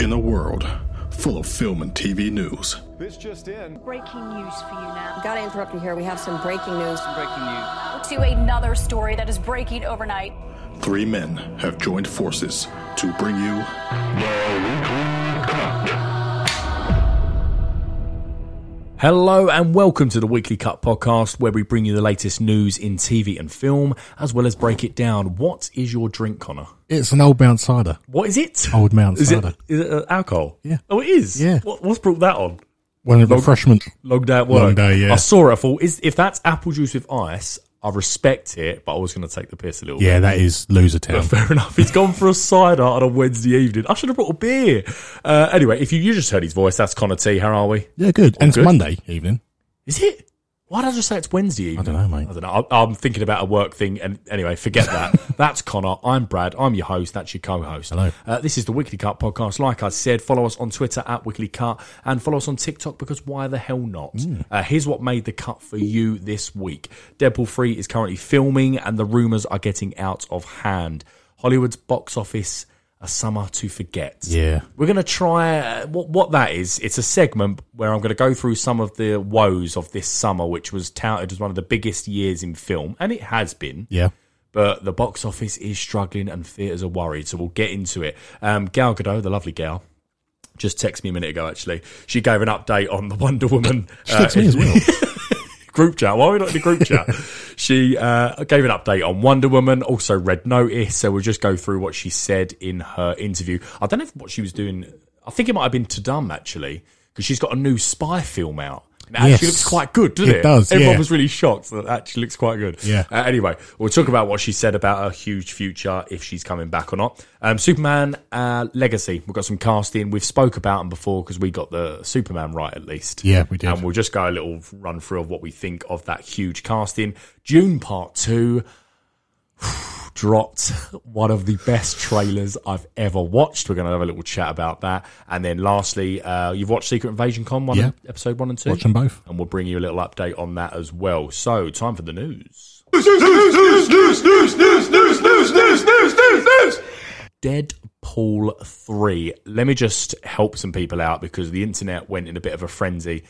In a world full of film and TV news, This just in. Breaking news for you now. Gotta interrupt you here. We have some breaking news. To another story that is breaking overnight. three men have joined forces to bring you Hello and welcome to the Weekly Cut podcast, where we bring you the latest news in TV and film, as well as break it down. What is your drink, Connor? It's an old Mount Cider. What is it? Old Mount is Cider. It, is it uh, alcohol? Yeah. Oh, it is. Yeah. What, what's brought that on? One of the refreshment. Long day at work. Long day, yeah. I saw it. I thought, is if that's apple juice with ice, I respect it, but I was going to take the piss a little. bit. Yeah, that is loser town. Fair enough. He's gone for a cider on a Wednesday evening. I should have brought a beer. Uh, anyway, if you, you just heard his voice, that's Connor T. How are we? Yeah, good. And it's good. Monday evening. Is it? Why did I just say it's Wednesday evening? dunno, mate. I don't know. I, I'm thinking about a work thing. And anyway, forget that. That's Connor. I'm Brad. I'm your host. That's your co-host. Hello. Uh, this is the Weekly Cut podcast. Like I said, follow us on Twitter at Weekly Cut and follow us on TikTok because why the hell not? Uh, here's what made the cut for you this week. Deadpool 3 is currently filming and the rumors are getting out of hand. Hollywood's box office, a summer to forget. Yeah. We're going to try uh, what what that is. It's a segment where I'm going to go through some of the woes of this summer, which was touted as one of the biggest years in film, and it has been. Yeah. But the box office is struggling, and theatres are worried. So we'll get into it. Um, Gal Gadot, the lovely Gal, just texted me a minute ago. Actually, she gave an update on the Wonder Woman. uh, She texts me as well. group chat. Why are we not in the group chat? she uh, gave an update on Wonder Woman, also Red Notice. So we'll just go through what she said in her interview. I don't know if what she was doing. I think it might have been to Dumb actually, because she's got a new spy film out. It actually Yes. looks quite good, doesn't it? It does, Everyone yeah. was really shocked that it actually looks quite good. Yeah. Uh, anyway, we'll talk about what she said about her huge future, if she's coming back or not. Um, Superman uh, Legacy. We've got some casting. We've spoke about them before because we got the Superman right at least. Yeah, we did. And we'll just go a little run through of what we think of that huge casting. June Part Two dropped one of the best trailers I've ever watched. We're going to have a little chat about that. And then lastly, uh, you've watched Secret Invasion Con one, Yeah. episode one and two. Watch them both. And we'll bring you a little update on that as well. So, time for the news. Deadpool 3. Let me just help some people out because the internet went in a bit of a frenzy.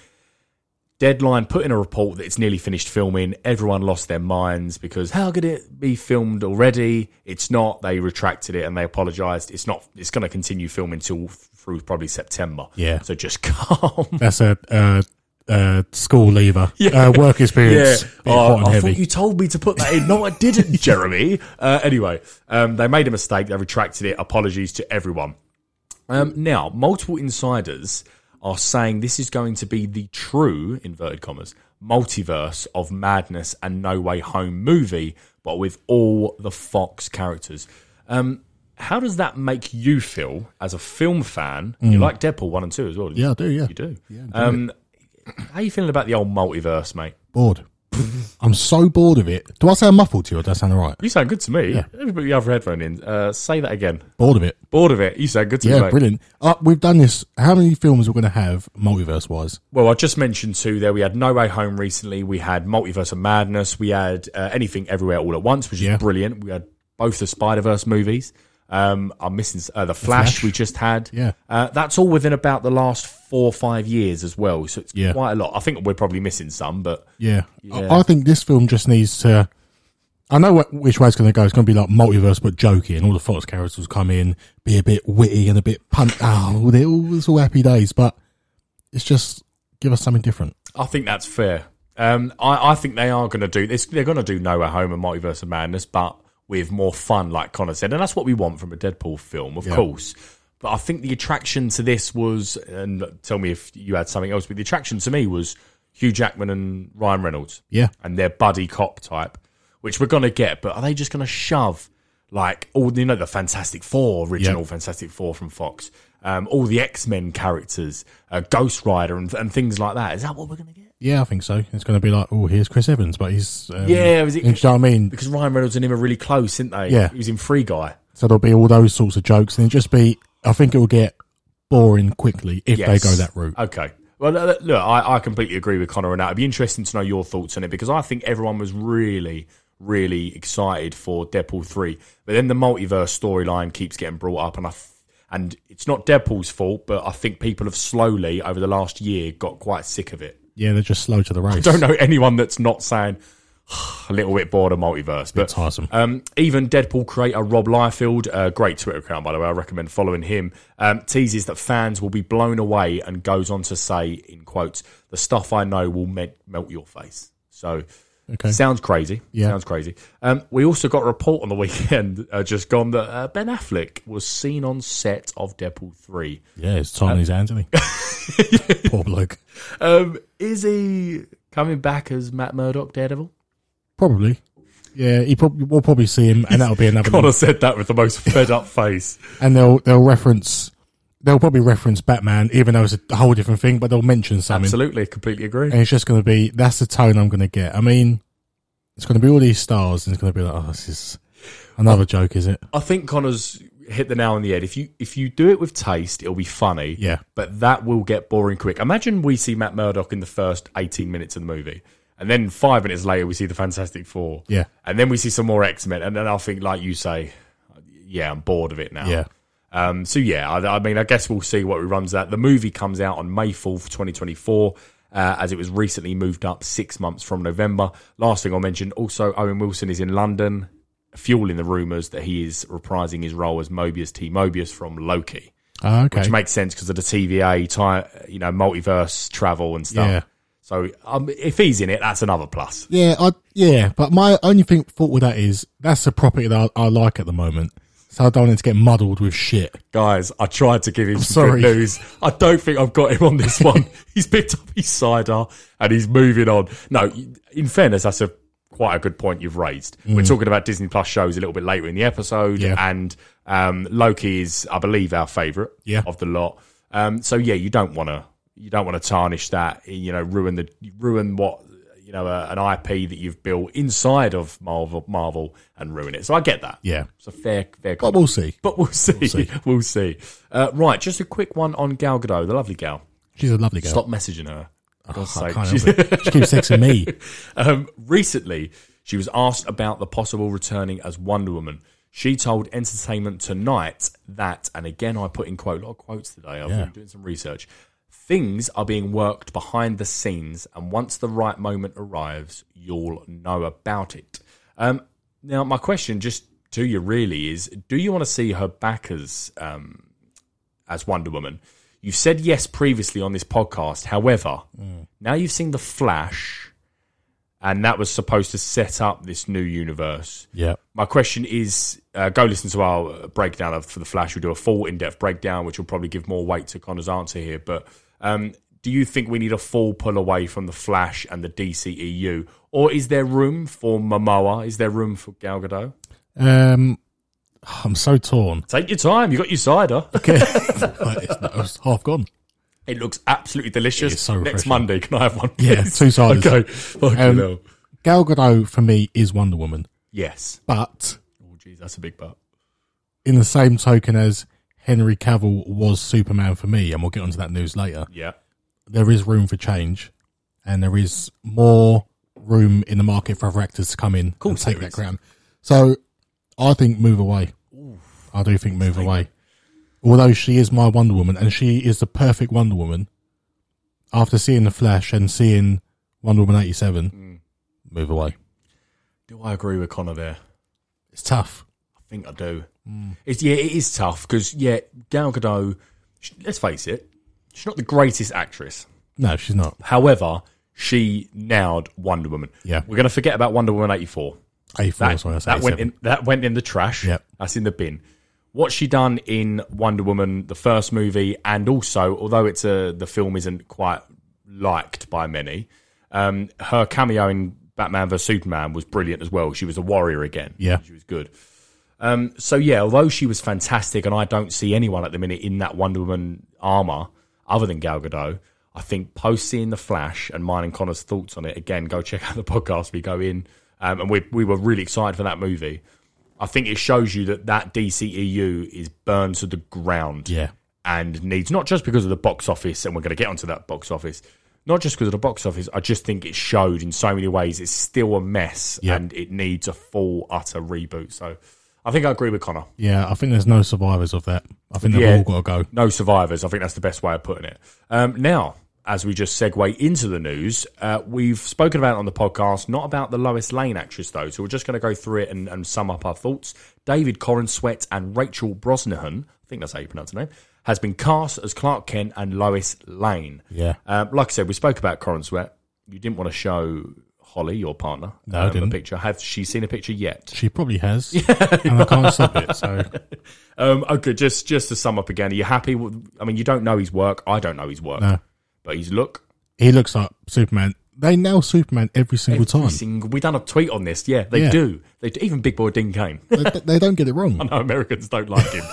Deadline put in a report that it's nearly finished filming. Everyone lost their minds because how could it be filmed already? It's not. They retracted it and they apologised. It's not. It's going to continue filming till through probably September. Yeah. So just calm That's a uh, uh, school leaver. Yeah. Uh, work experience. Bit Oh, hot and I heavy. thought you told me to put that in. No, I didn't, Jeremy. Uh, anyway, um, they made a mistake. They retracted it. Apologies to everyone. Um, now, multiple insiders are saying this is going to be the true, inverted commas, multiverse of Madness and No Way Home movie, but with all the Fox characters. Um, how does that make you feel as a film fan? You like Deadpool 1 and 2 as well. don't Mm. you? yeah, I do, yeah. You do. um, how you feeling about the old multiverse, mate? Bored. I'm so bored of it. Do I sound muffled to you or does that sound all right? You sound good to me. Let me put your other headphone in. Uh, say that again. Bored of it. Bored of it. You sound good to me, Yeah, mate. brilliant. Uh, we've done this. How many films are we going to have multiverse wise? Well, I just mentioned two there. We had No Way Home recently. We had Multiverse of Madness. We had uh, Anything Everywhere All at Once, which is Yeah. brilliant. We had both the Spider Verse movies. Um, I'm missing uh, the, Flash Flash. we just had. Yeah. uh, that's all within about the last four or five years as well. So it's Yeah. quite a lot. I think we're probably missing some, but Yeah. I, I think this film just needs to. I know what, which way it's going to go. It's going to be like multiverse, but jokey, and all the Fox characters come in, be a bit witty and a bit pun. Oh, they're all, it's all happy days, but it's just give us something different. I think that's fair. Um, I, I think they are going to do this. They're going to do Nowhere Home and Multiverse of Madness, but with more fun, like Connor said, and that's what we want from a Deadpool film, of course. But I think the attraction to this was, and tell me if you had something else, but the attraction to me was Hugh Jackman and Ryan Reynolds, Yeah. and their buddy cop type, which we're going to get. But are they just going to shove like all you know the Fantastic Four original Yeah. Fantastic Four from Fox, um, all the X Men characters, uh, Ghost Rider, and, and things like that? Is that what we're going to get? Yeah, I think so. It's going to be like, oh, here's Chris Evans, but he's um, Yeah, was it- you know what I mean? because Ryan Reynolds and him are really close, aren't they? Yeah. he was in Free Guy. So there'll be all those sorts of jokes, and it just be. I think it will get boring quickly if Yes. they go that route. Okay. Well, no, no, look, I, I completely agree with Connor on that. It'd be interesting to know your thoughts on it because I think everyone was really, really excited for Deadpool three, but then the multiverse storyline keeps getting brought up, and I. f- And it's not Deadpool's fault, but I think people have slowly over the last year got quite sick of it. Yeah, they're just slow to the race. Don't know anyone that's not saying a little bit bored of multiverse, but It's awesome. um, even Deadpool creator Rob Liefeld, uh, great Twitter account by the way, I recommend following him, um, teases that fans will be blown away and goes on to say, in quotes, the stuff I know will me- melt your face. So, Okay. sounds crazy. Yeah. Sounds crazy. Um, we also got a report on the weekend uh, just gone that uh, Ben Affleck was seen on set of Deadpool 3. Yeah, it's time in his hands, isn't he? Poor bloke. Um, is he coming back as Matt Murdock Daredevil? Probably. Yeah, he probably we'll probably see him, and that'll be another. Connor said that with the most fed up face. And they'll they'll reference they'll probably reference Batman, even though it's a whole different thing. But they'll mention something, Absolutely, completely agree. and it's just going to be that's the tone I'm going to get. I mean, it's going to be all these stars, and it's going to be like, oh, this is another joke, is it? I think Connor's hit the nail on the head. If you if you do it with taste, it'll be funny. Yeah. But that will get boring quick. Imagine we see Matt Murdock in the first eighteen minutes of the movie. And then five minutes later we see the Fantastic Four. Yeah. And then we see some more X Men and then I'll think like you say, Yeah, I'm bored of it now. Yeah. Um, so yeah, I, I mean, I guess we'll see what reruns that. The movie comes out on May fourth, twenty twenty four, uh, as it was recently moved up six months from November. Last thing I'll mention, also Owen Wilson is in London, fueling the rumours that he is reprising his role as Mobius T Mobius from Loki, Ah, okay. which makes sense because of the TVA, ti you know, multiverse travel and stuff. Yeah. So um, if he's in it, that's another plus. Yeah, I, yeah, but my only thing thought with that is that's a property that I, I like at the moment, so I don't want it to get muddled with shit. Guys, I tried to give him some sorry. good news. I don't think I've got him on this one. he's picked up his cider and he's moving on. No, in fairness, that's a quite a good point you've raised. We're talking about Disney Plus shows a little bit later in the episode, Mm. Yeah. and um, Loki is, I believe, our favourite Yeah. of the lot. Um, so yeah, you don't want to you don't want to tarnish that. You know, ruin the ruin what you know uh, an IP that you've built inside of Marvel, Marvel, and ruin it. So I get that. Yeah. it's a fair fair. But we'll see. But we'll see. We'll see. see. Uh, right, just a quick one on Gal Gadot, the lovely Gal. She's a lovely girl. Stop messaging her. For God's Oh, I sake. can't She's- help it. She keeps texting me. um, recently, she was asked about the possible returning as Wonder Woman. She told Entertainment Tonight that, and again, I put in quote, a lot of quotes today. I've Yeah. been doing some research. Things are being worked behind the scenes, and once the right moment arrives, you'll know about it. Um, now, my question just to you really is: Do you want to see her back as um, as Wonder Woman. You've said yes previously on this podcast. However, now you've seen The Flash, and that was supposed to set up this new universe. Yeah. My question is uh, go listen to our breakdown of for The Flash. We'll do a full in depth breakdown, which will probably give more weight to Connor's answer here. But um, do you think we need a full pull away from The Flash and the DCEU? Or is there room for Momoa? Is there room for Gal Gadot? Um, I'm so torn. Take your time. You got your cider. Okay. it's, not- it's half gone. It looks absolutely delicious. It is so Next refreshing. Monday, can I have one? Yeah, please? two ciders. Okay. Fucking Um, hell. Gal Gadot for me is Wonder Woman, Yes. but Oh, jeez, that's a big butt. in the same token as Henry Cavill was Superman for me, and we'll get onto that news later. Yeah. there is room for change, and there is more room in the market for other actors to come in and course take there that is. crown. So, I think move away. I do think move away. Although she is my Wonder Woman, and she is the perfect Wonder Woman. After seeing the Flash and seeing Wonder Woman eighty seven, Mm. move away. Do I agree with Connor there? It's tough. I think I do. Hmm. It's yeah, it is tough because yeah, Gal Gadot. sh let's face it, she's not the greatest actress. No, she's not. However, she nowed Wonder Woman. Yeah. We're gonna forget about Wonder Woman eighty four. A four. That, sorry, that's that went 87. in that went in the trash. Yep. That's in the bin. What she done in Wonder Woman, the first movie, and also, although it's a the film isn't quite liked by many, um, her cameo in Batman vs Superman was brilliant as well. She was a warrior again. Yeah. she was good. Um, so yeah, although she was fantastic, and I don't see anyone at the minute in that Wonder Woman armor other than Gal Gadot. I think post seeing the Flash and mine and Connor's thoughts on it again. Go check out the podcast we go in, um, and we we were really excited for that movie. I think it shows you that that DCEU is burned to the ground Yeah. and needs not just because of the box office, and we're going to get onto that box office, not just because of the box office. I just think it showed in so many ways it's still a mess Yeah. and it needs a full utter reboot. So I think I agree with Connor. Yeah, I think there's no survivors of that. I think they've Yeah. all got to go. No survivors. I think that's the best way of putting it. Um, now, as we just segue into the news, uh, we've spoken about it on the podcast, not about the Lois Lane actress, though. So we're just going to go through it and, and sum up our thoughts. David Corrin Sweat and Rachel Brosnahan, I think that's how you pronounce her name, has been cast as Clark Kent and Lois Lane. Yeah. Um, like I said, we spoke about Corrin Sweat. You didn't want to show Holly, your partner, No, I didn't. a picture. Has she seen a picture yet? She probably has, and I can't stop it. So Um, okay, just just to sum up again, are you happy? With, I mean, you don't know his work. I don't know his work, No. but his look. he looks like Superman. They nail Superman every single every time. single- we done a tweet on this. Yeah, they Yeah. do. They do. even Big Boy Dean Kane. they, they don't get it wrong. no, Americans don't like him,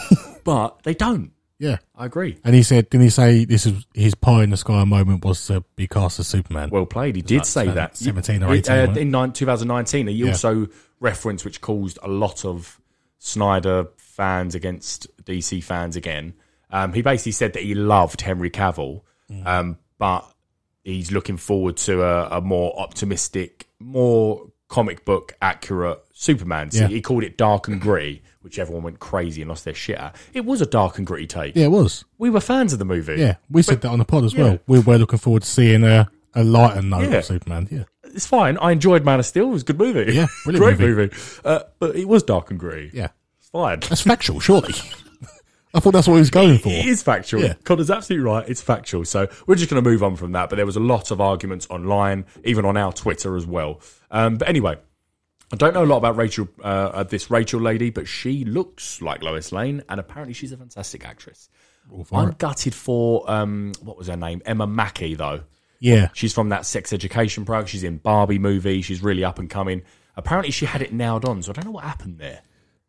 but they don't. Yeah. I agree. And he said, didn't he say this is his pie in the sky moment was to be cast as Superman? Well played. He did say seven- that 17 or You- 18, uh, wasn't it? in nine, 2019. He Yeah. also referenced, which caused a lot of Snyder fans against DC fans again. Um, he basically said that he loved Henry Cavill, Mm. um, but he's looking forward to a, a more optimistic, more comic book accurate Superman. So Yeah. He called it dark and gritty, which everyone went crazy and lost their shit at. It was a dark and gritty take. yeah, it was. We were fans of the movie. Yeah, we said that on the pod as yeah. well. We were looking forward to seeing a, a lighter note Yeah. of Superman. Yeah, it's fine. I enjoyed Man of Steel. It was a good movie. Yeah, brilliant great movie. movie. Uh, but it was dark and gritty. yeah, it's fine. that's factual, surely. I thought that's what he was going for. It is factual. Yeah. Connor's absolutely right. It's factual. So we're just going to move on from that. But there was a lot of arguments online, even on our Twitter as well. Um, but anyway, I don't know a lot about Rachel, uh, uh, this Rachel lady, but she looks like Lois Lane, and apparently she's a fantastic actress. I'm gutted for um, what was her name, Emma Mackey, though. Yeah, She's from that sex education program. She's in Barbie movie. She's really up and coming. Apparently, she had it nailed on, so I don't know what happened there.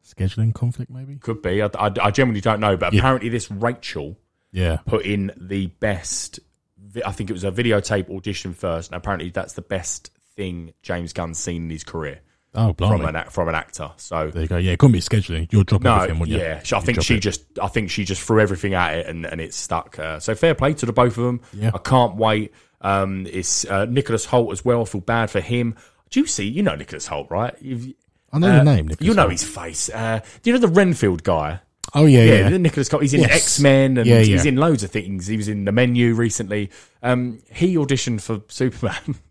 scheduling conflict maybe. Could be. I, I, I genuinely don't know. But Yeah. apparently, this Rachel Yeah, put in the best. vi- I think it was a videotape audition first, and apparently, that's the best thing James Gunn's seen in his career oh from blimey. an ac- from an actor. So There you go. Yeah, it couldn't be scheduling. You're dropping no, everything, wouldn't you? yeah, I You'd think drop she it. just, I think she just threw everything at it, and, and it stuck. Uh, so fair play to the both of them. Yeah. I can't wait. Um, it's uh, Nicholas Holt as well. I feel bad for him. Do you see? You know Nicholas Holt, right? You've, I know uh, the name. Nicholas you know Hoult. his face. Uh, do you know the Renfield guy? Oh yeah, Yeah, yeah. Nicholas Holt. He's in Yes. X Men, and Yeah, yeah. he's in loads of things. He was in the menu recently. Um, he auditioned for Superman.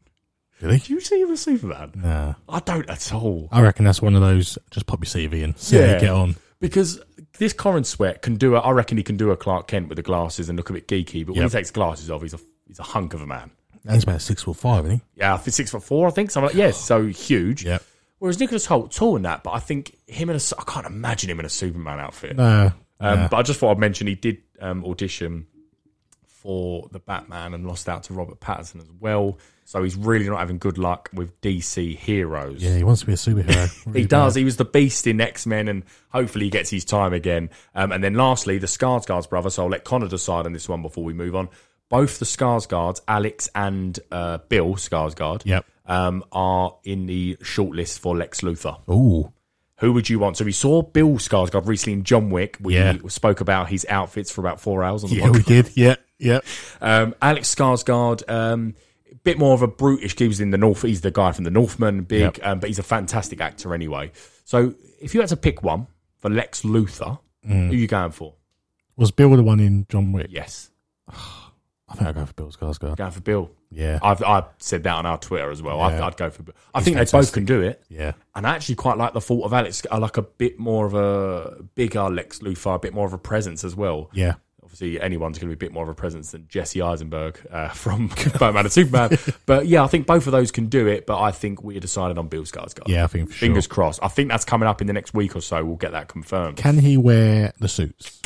Really? Do you see him as Superman? Nah. I don't at all. I reckon that's one of those. Just pop your CV in. See how Yeah. you get on. Because this Corin Sweat can do a, I reckon he can do a Clark Kent with the glasses and look a bit geeky, but when Yep. he takes glasses off, he's a he's a hunk of a man. And he's about six foot five, isn't Yeah, I think six foot four, I think. Something like yes, so huge. he? Yep. Whereas Nicholas Holt tall in that, but I think him in a su- I can't imagine him in a Superman outfit. Uh, um, But I just thought I'd mention he did um, audition for the Batman and lost out to Robert Pattinson as well. So he's really not having good luck with DC heroes. yeah, he wants to be a superhero. He Really does. bad. He was the beast in X Men, and hopefully he gets his time again. Um, and then lastly, the Skarsgård's brother. So I'll let Connor decide on this one before we move on. Both the Skarsgårds, Alex and uh, Bill Skarsgård, Yep. um, are in the shortlist for Lex Luthor. Ooh. Who would you want? So we saw Bill Skarsgård recently in John Wick. We Yeah. spoke about his outfits for about four hours on the Yeah, we podcast. did. Yeah, yeah. Um, Alex Skarsgård, um, a bit more of a brutish. He was in the North. He's the guy from the Northman, big, Yep. um, but he's a fantastic actor anyway. So if you had to pick one for Lex Luthor, Mm. who are you going for? Was Bill the one in John Wick? Yes, I think I'd go for Bill Skarsgård. going for Bill. Yeah. I've, I've said that on our Twitter as well. I, Yeah. I'd go for. Bill. I think they both fantastic. can do it. Yeah. And I actually quite like the thought of Alex, I like a bit more of a bigger Lex Luthor, a bit more of a presence as well. Yeah. obviously anyone's going to be a bit more of a presence than Jesse Eisenberg uh, from Batman and Superman. But yeah, I think both of those can do it. But I think we decided on Bill Skarsgård. Yeah, I think for Fingers sure. crossed. I think that's coming up in the next week or so. We'll get that confirmed. Can he wear the suits?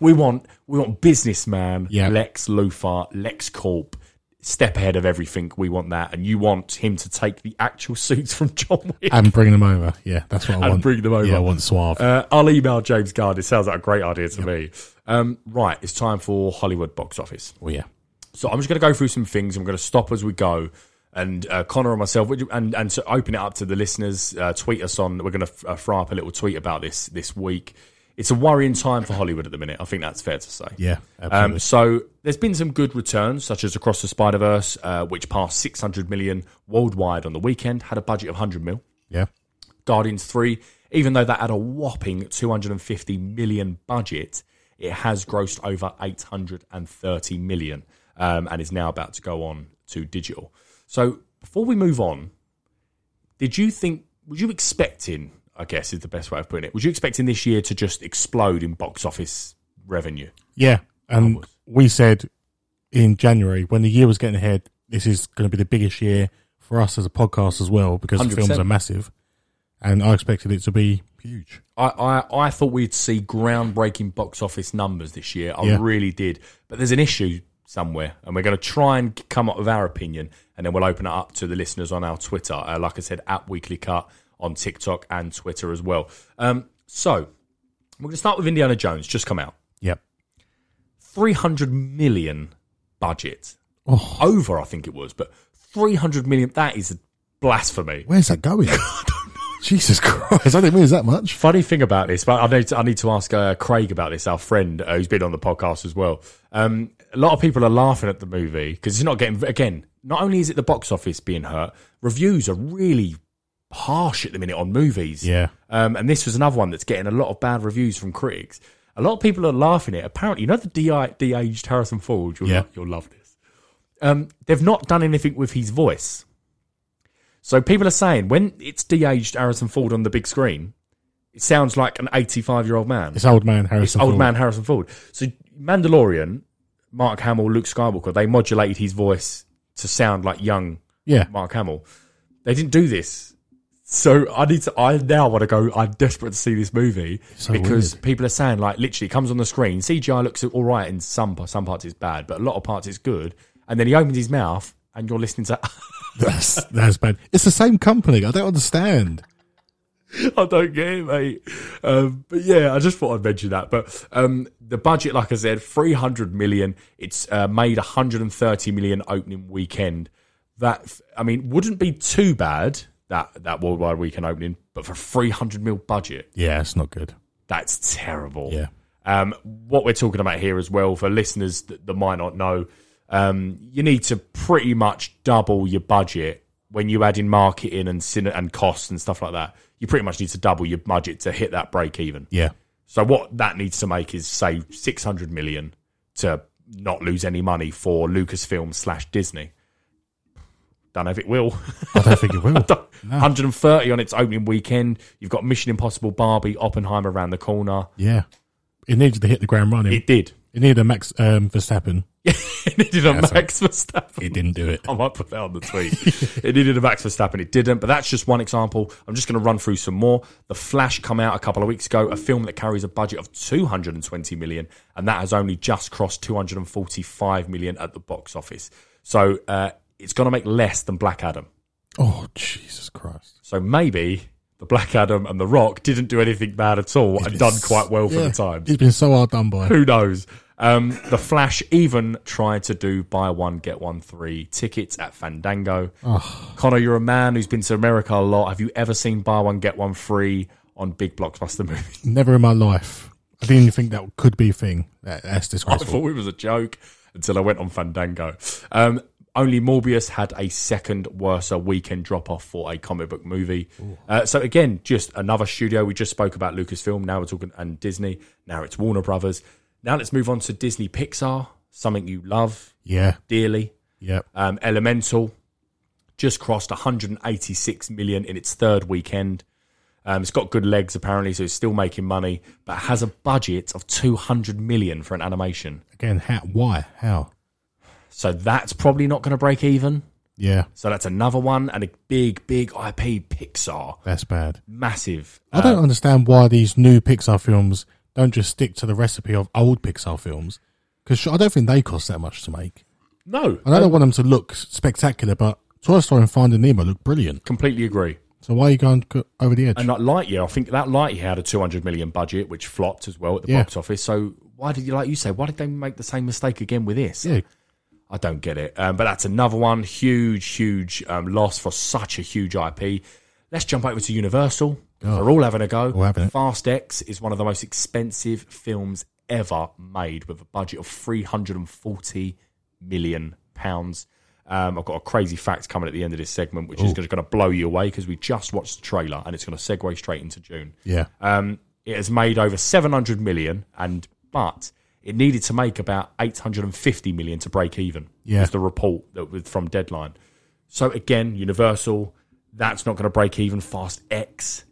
We want we want businessman Yeah. Lex Luthor, Lex Corp, step ahead of everything. We want that, and you want him to take the actual suits from John Wick. and bring them over. Yeah, that's what I And want. bring them over. Yeah, I want suave. Uh, I'll email James Gard. It sounds like a great idea to me. Um, right, it's time for Hollywood box office. well, yeah. So I'm just going to go through some things. I'm going to stop as we go. And uh, Connor and myself, would you- and and to open it up to the listeners, uh, tweet us on. We're going to uh, fry up a little tweet about this this week. It's a worrying time for Hollywood at the minute. I think that's fair to say. Yeah, absolutely. Um, so there's been some good returns, such as Across the Spider Verse, uh, which passed 600 million worldwide on the weekend, had a budget of 100 mil. yeah. Guardians 3 Even though that had a whopping 250 million budget, it has grossed over 830 million um, and is now about to go on to digital. So before we move on, did you think, would you expecting, I guess is the best way of putting it, would you expecting this year to just explode in box office revenue? Yeah, and we said in January when the year was getting ahead, this is going to be the biggest year for us as a podcast as well because the 100%. films are massive, and I expected it to be huge. I, I, I thought we'd see groundbreaking box office numbers this year. I Yeah. really did. But there's an issue somewhere, and we're going to try and come up with our opinion, and then we'll open it up to the listeners on our Twitter. Uh, like I said, at Weekly Cut on TikTok and Twitter as well. Um, so we're going to start with Indiana Jones, just come out. Yep. 300 million budget. Over, I think it was, but 300 million, that is blasphemy. Where's that going? Jesus Christ! I didn't mean it was that much. Funny thing about this, but I need to, I need to ask uh, Craig about this, our friend uh, who's been on the podcast as well. Um, a lot of people are laughing at the movie because it's not getting again. Not only is it the box office being hurt, reviews are really harsh at the minute on movies. Yeah. um, and this was another one that's getting a lot of bad reviews from critics. A lot of people are laughing at. it. Apparently, you know the de- de-aged Harrison Ford. You'll, Yeah. you'll love this. Um, they've not done anything with his voice. So people are saying when it's de-aged Harrison Ford on the big screen, it sounds like an 85-year-old man. It's old man Harrison. old Ford. man Harrison Ford. So Mandalorian, Mark Hamill, Luke Skywalker, they modulated his voice to sound like young Yeah. Mark Hamill. They didn't do this. So I need to. I now want to go. I'm desperate to see this movie So because weird. people are saying like literally it comes on the screen. CGI looks all right in some pa- some parts it's bad, but a lot of parts it's good. And then he opens his mouth and you're listening to. That's that's bad. It's the same company. I don't understand. I don't get it, mate. Um, but yeah, I just thought I'd mention that. But um, the budget, like I said, three hundred million. It's uh, made one hundred and thirty million opening weekend. That I mean, wouldn't be too bad that that worldwide weekend opening, but for three hundred mil budget, Yeah, it's not good. that's terrible. Yeah. Um, what we're talking about here as well for listeners that, that might not know, um, you need to pretty much double your budget when you add in marketing and cine- and costs and stuff like that. You pretty much need to double your budget to hit that break even. Yeah. So what that needs to make is say six hundred million to not lose any money for Lucasfilm slash Disney. Don't know if it will. I don't think it will. 130 on its opening weekend. You've got Mission Impossible, Barbie, Oppenheimer around the corner. Yeah. It needed to hit the ground running. It It, did. needed a Max um, Verstappen. it needed a Max Verstappen. It didn't do it. I might put that on the tweet. it needed a Max Verstappen. It didn't, but that's just one example. I'm just going to run through some more. The Flash come out a couple of weeks ago, a film that carries a budget of 220 million, and that has only just crossed 245 million at the box office. So uh, it's going to make less than Black Adam. Oh Jesus Christ! So maybe the Black Adam and the Rock didn't do anything bad at all and done quite well for Yeah. the time. He's been so hard done by. Who knows? Um, the Flash even tried to do buy one get one free tickets at Fandango. Connor, you're a man who's been to America a lot. Have you ever seen buy one get one free on big blockbuster movies? Never in my life. I didn't even think that could be a thing. That, that's I disgraceful. thought it was a joke until I went on Fandango. Um, only Morbius had a second worse weekend drop off for a comic book movie. Uh, so again, just another studio. We just spoke about Lucasfilm. Now we're talking and Disney. Now it's Warner Brothers. Now let's move on to Disney Pixar. Something you love Yeah. dearly. Yeah. Um, Elemental just crossed 186 million in its third weekend. Um, it's got good legs apparently, so it's still making money, but has a budget of 200 million for an animation. Again, how? Why? How? So that's probably not going to break even. Yeah. So that's another one and a big, big IP Pixar, That's bad. massive. Uh, I don't understand why these new Pixar films don't just stick to the recipe of old Pixar films. Because I don't think they cost that much to make. No, I don't want them to look spectacular, but Toy Story and Finding Nemo look brilliant. completely agree. So why are you going co- over the edge? And like Lightyear, I think that Lightyear had a 200 million budget, which flopped as well at the Yeah. box office. So why did you, like you say, why did they make the same mistake again with this? yeah, I don't get it. Um, but that's another one. Huge, huge um, loss for such a huge IP. Let's jump over to Universal. We're all having a go. Oh. We're having it. Fast X is one of the most expensive films ever made with a budget of £340 million. pounds. Um, I've got a crazy fact coming at the end of this segment, which is going to blow you away because we just watched the trailer and it's going to segue straight into June. Yeah. Um, it has made over 700 million, and but it needed to make about 850 million to break even. Yeah. is the report that was from Deadline. So again, Universal, that's not going to break even. Fast X,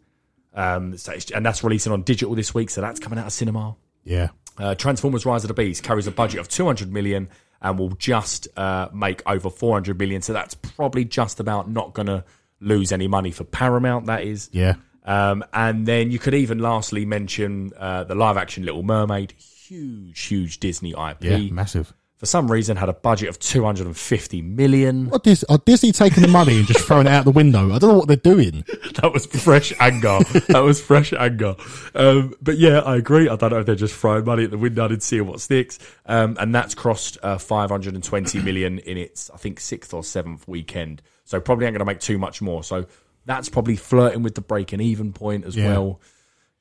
um, so it's- and that's releasing on digital this week, so that's coming out of cinema. yeah. Uh, Transformers: Rise of the Beast carries a budget of 200 million and will just uh, make over 400 million. So that's probably just about not going to lose any money for Paramount. That is, Yeah. um, and then you could even lastly mention uh, the live action Little Mermaid, huge, huge Disney IP. Yeah. Massive. For some reason, had a budget of 250 million. What Dis- are Disney taking the money and just throwing it out the window? I don't know what they're doing. that was fresh anger. that was fresh anger. Um, but yeah, I agree. I don't know if they're just throwing money at the window and seeing what sticks. Um, and that's crossed uh, 520 million in its, I think, sixth or seventh weekend. So probably ain't going to make too much more. So that's probably flirting with the break and even point as Yeah. well.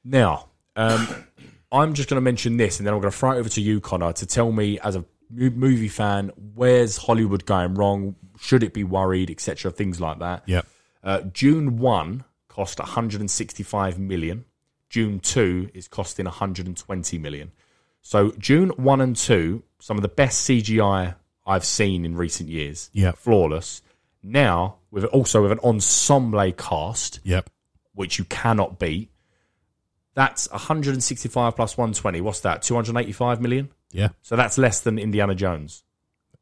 Now, um, I'm just going to mention this, and then I'm going to throw it over to you, Connor, to tell me as a mo- movie fan, where's Hollywood going wrong? Should it be worried, etc., things like that. Yep. Uh, June 1 cost 165 million. June 2 is costing 120 million. So June 1 and 2, some of the best CGI I've seen in recent years. Yeah. Flawless. Now, with also with an ensemble cast, Yep. which you cannot beat, that's 165 plus 120. What's that? 285 million? Yeah. So that's less than Indiana Jones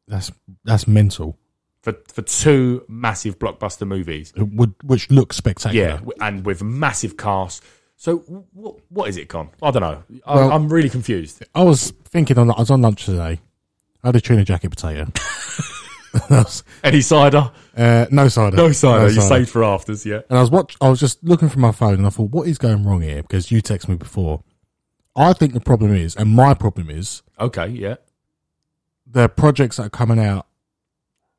That's that's mental. for, for two massive blockbuster movies. It would which looks spectacular. Yeah, w- and with massive cast. So what what is it, Con? I don't know. I, Well- I'm really confused. I was thinking on I was on lunch today. I had a tuna jacket potato. Any cider? uh, no cider. No cider. you saved for afters, yeah. And I was watch. I was just looking for my phone, and I thought, what is going wrong here? Because you texted me before. I think the problem is, and my problem is, Okay, yeah, the projects that are coming out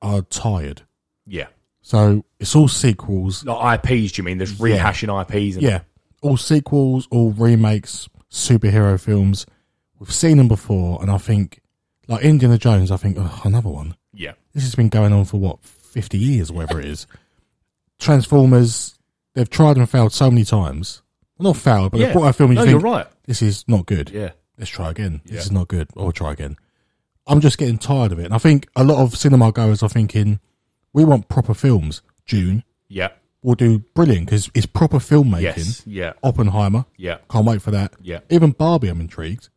are tired. yeah. So it's all sequels. Like IPs, do you mean? There's rehashing IPs. And, Yeah, all sequels, all remakes, superhero films. We've seen them before, and I think, like Indiana Jones, I think oh, another one. yeah, This has been going on for what fifty years, whatever it is. Transformers, they've tried and failed so many times. Well, not failed, but Yeah. they've brought out a film. And No, you think, you're right. This is not good. yeah. let's try again. Yeah. This is not good. Or try again. I'm just getting tired of it. And I think a lot of cinema goers are thinking, we want proper films. June Yeah. will do brilliant because it's proper filmmaking. Yes. Yeah. Oppenheimer. Yeah. Can't wait for that. Yeah. Even Barbie, I'm intrigued.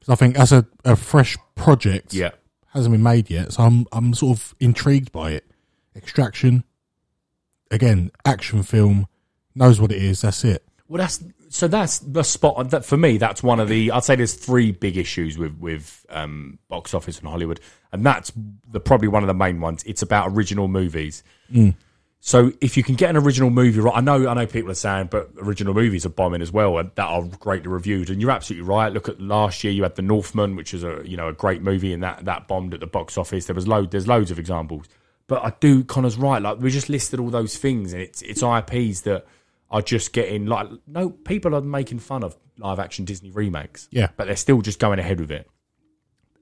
'Cause I think that's a, a fresh project. Yeah. Hasn't been made yet. So I'm, I'm sort of intrigued by it. Extraction. Again, action film. Knows what it is. That's it. Well, that's so that's the spot that for me. That's one of the I'd say there's three big issues with with um, box office and Hollywood, and that's the probably one of the main ones. It's about original movies. So if you can get an original movie, right? I know I know people are saying, but original movies are bombing as well, and that are greatly reviewed. And you're absolutely right. Look at last year, you had The Northman, which is a you know a great movie, and that that bombed at the box office. There was load, there's loads of examples. But I do Connor's right. Like we just listed all those things, and it's it's IPs that are just getting like no people are making fun of live action Disney remakes. Yeah. but they're still just going ahead with it.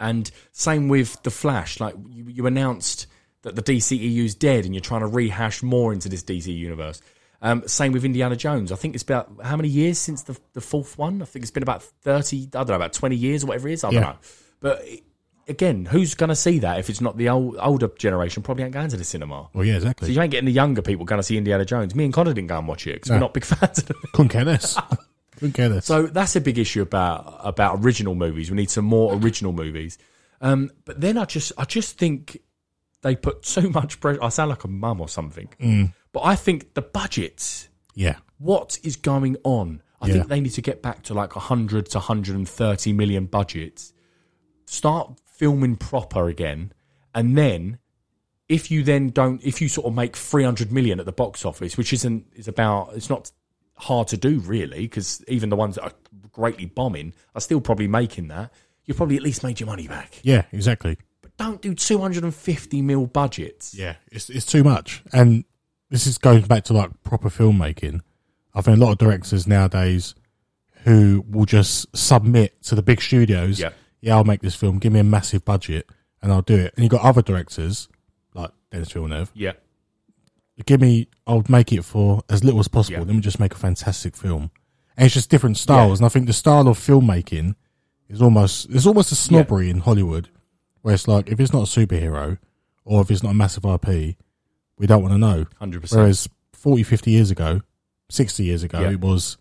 And same with The Flash. Like, you, you announced that the DCEU's dead and you're trying to rehash more into this DC universe. Um, same with Indiana Jones. I think it's about how many years since the, the fourth one? I think it's been about 30, I don't know, about 20 years or whatever it is. I don't Yeah. know. But it- again, who's going to see that if it's not the old, older generation? Probably ain't going to the cinema. Well, yeah, So exactly. you ain't getting the younger people going to see Indiana Jones. Me and Connor didn't go and watch it because we're No. not big fans of them. Couldn't care less. Couldn't care less. So that's a big issue about about original movies. We need some more original movies. Um, but then I just I just think they put too much pressure. I sound like a mum or something, but I think the budgets. yeah. What is going on? I Yeah. think they need to get back to like hundred to hundred and thirty million budgets. Start filming proper again, and then if you then don't, if you sort of make three hundred million at the box office, which isn't is about, it's not hard to do really, because even the ones that are greatly bombing are still probably making that. You've probably at least made your money back. Yeah, exactly. But don't do two hundred and fifty mil budgets. Yeah, it's it's too much, and this is going back to like proper filmmaking. I think a lot of directors nowadays who will just submit to the big studios. Yeah. yeah, I'll make this film. Give me a massive budget, and I'll do it. And you have got other directors like Dennis Villeneuve. Yeah. Give me, I'll make it for as little as possible. Yeah. Let me just make a fantastic film. And it's just different styles. Yeah. And I think the style of filmmaking is almost, there's almost a snobbery in Hollywood where it's like, if it's not a superhero or if it's not a massive IP, we don't want to know. 100%. Whereas 40, 50 years ago, 60 years ago, Yeah. it was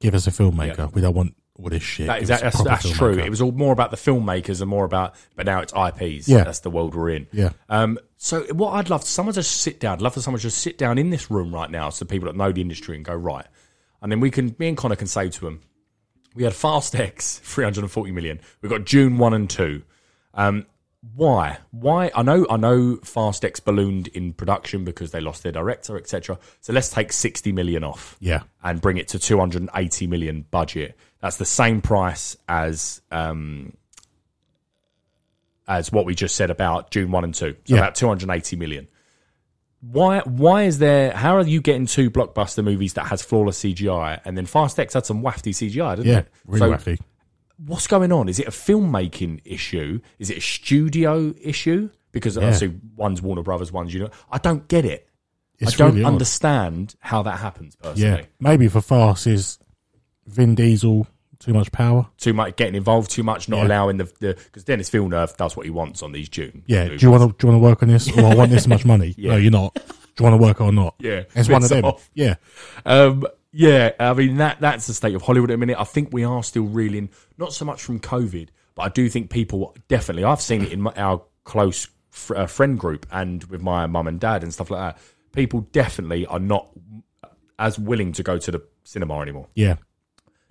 give us a filmmaker. Yeah. We don't want all this shit. That is, Give us a that's proper that's true. filmmaker. It was all more about the filmmakers and more about, but now it's IPs. Yeah. That's the world we're in. Yeah. Um, so what I'd love someone to sit down. I'd love for someone to just sit down in this room right now, so people that know the industry and go right, and then we can me and Connor can say to them, we had Fast X three hundred and forty million. We got June one and two. Um, why? Why? I know. I know. Fast X ballooned in production because they lost their director, etc. So let's take sixty million off Yeah. and bring it to 280 million budget. That's the same price as um, as what we just said about June one and two. So Yeah. about 280 million. Why? Why is there? How are you getting two blockbuster movies that has flawless CGI and then Fast X had some wafty CGI, didn't Yeah. it? Really so wacky. what's going on? Is it a filmmaking issue? Is it a studio issue? Because obviously one's Warner Brothers, one's you know. I don't get it. It's I don't really odd. understand how that happens personally. Yeah, maybe for fast is Vin Diesel too much power. too much getting involved too much, not Yeah. allowing the because Dennis Villeneuve does what he wants on these June. Yeah, movies. do you want to do you want to work on this? Or I want this much money. No, you're not. Do you want to work or not? Yeah, it's one of piss them. off. Yeah, Um, yeah, I mean that that's the state of Hollywood at the minute. I think we are still reeling, not so much from COVID, but I do think people definitely. I've seen it in my, our close fr- uh, friend group and with my mum and dad and stuff like that. People definitely are not as willing to go to the cinema anymore. yeah,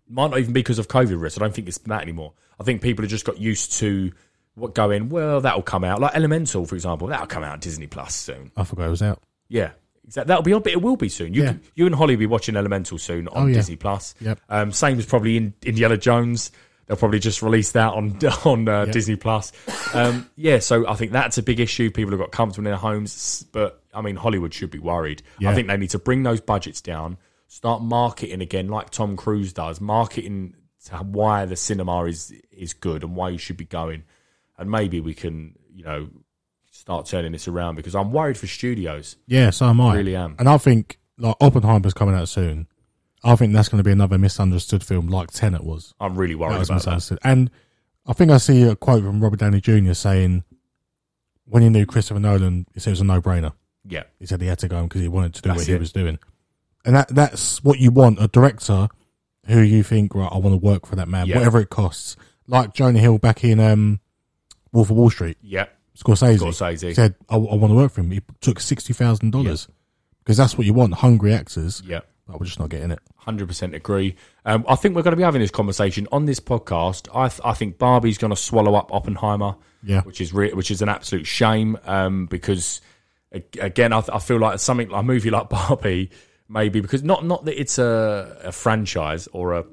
might not even be because of COVID risk. I don't think it's that anymore. I think people have just got used to what going. Well, that'll come out. Like Elemental, for example, that'll come out on Disney Plus soon. I forgot it was out. Yeah, exactly. That'll be on, but it will be soon. You, Yeah. can- you and Holly will be watching Elemental soon on Oh, yeah. Disney Plus. Yep. Um, same as probably in Indiana Jones. They'll probably just release that on on uh, Disney Plus. Um, yeah, so I think that's a big issue. People have got comfortable in their homes, but I mean, Hollywood should be worried. I Yeah. think they need to bring those budgets down, start marketing again, like Tom Cruise does, marketing to why the cinema is is good and why you should be going, and maybe we can, you know, start turning this around because I'm worried for studios. Yeah, so am I. Really am. And I think like Oppenheimer's coming out soon. I think that's going to be another misunderstood film like Tenet was. I'm really That worried was about that. misunderstood. And I think I see a quote from Robert Downey Jr. saying, "When he knew Christopher Nolan, he said it was a no-brainer." Yeah, He said he had to go because he wanted to do That's what he it. was doing. And that that's what you want a director who you think, right, I want to work for that man, Yeah. whatever it costs. Like Jonah Hill back in um, Wolf of Wall Street, yeah, Scorsese, Scorsese. said, I, want to work for him. He took $60,000 because that's what you want hungry actors. yeah. But we're just not getting it. Hundred percent agree. Um, I think we're going to be having this conversation on this podcast. I, th- I think Barbie's going to swallow up Oppenheimer, Yeah. which is re- which is an absolute shame um, because a- again, I, th- I feel like something like a movie like Barbie, maybe because not not that it's a, a franchise or a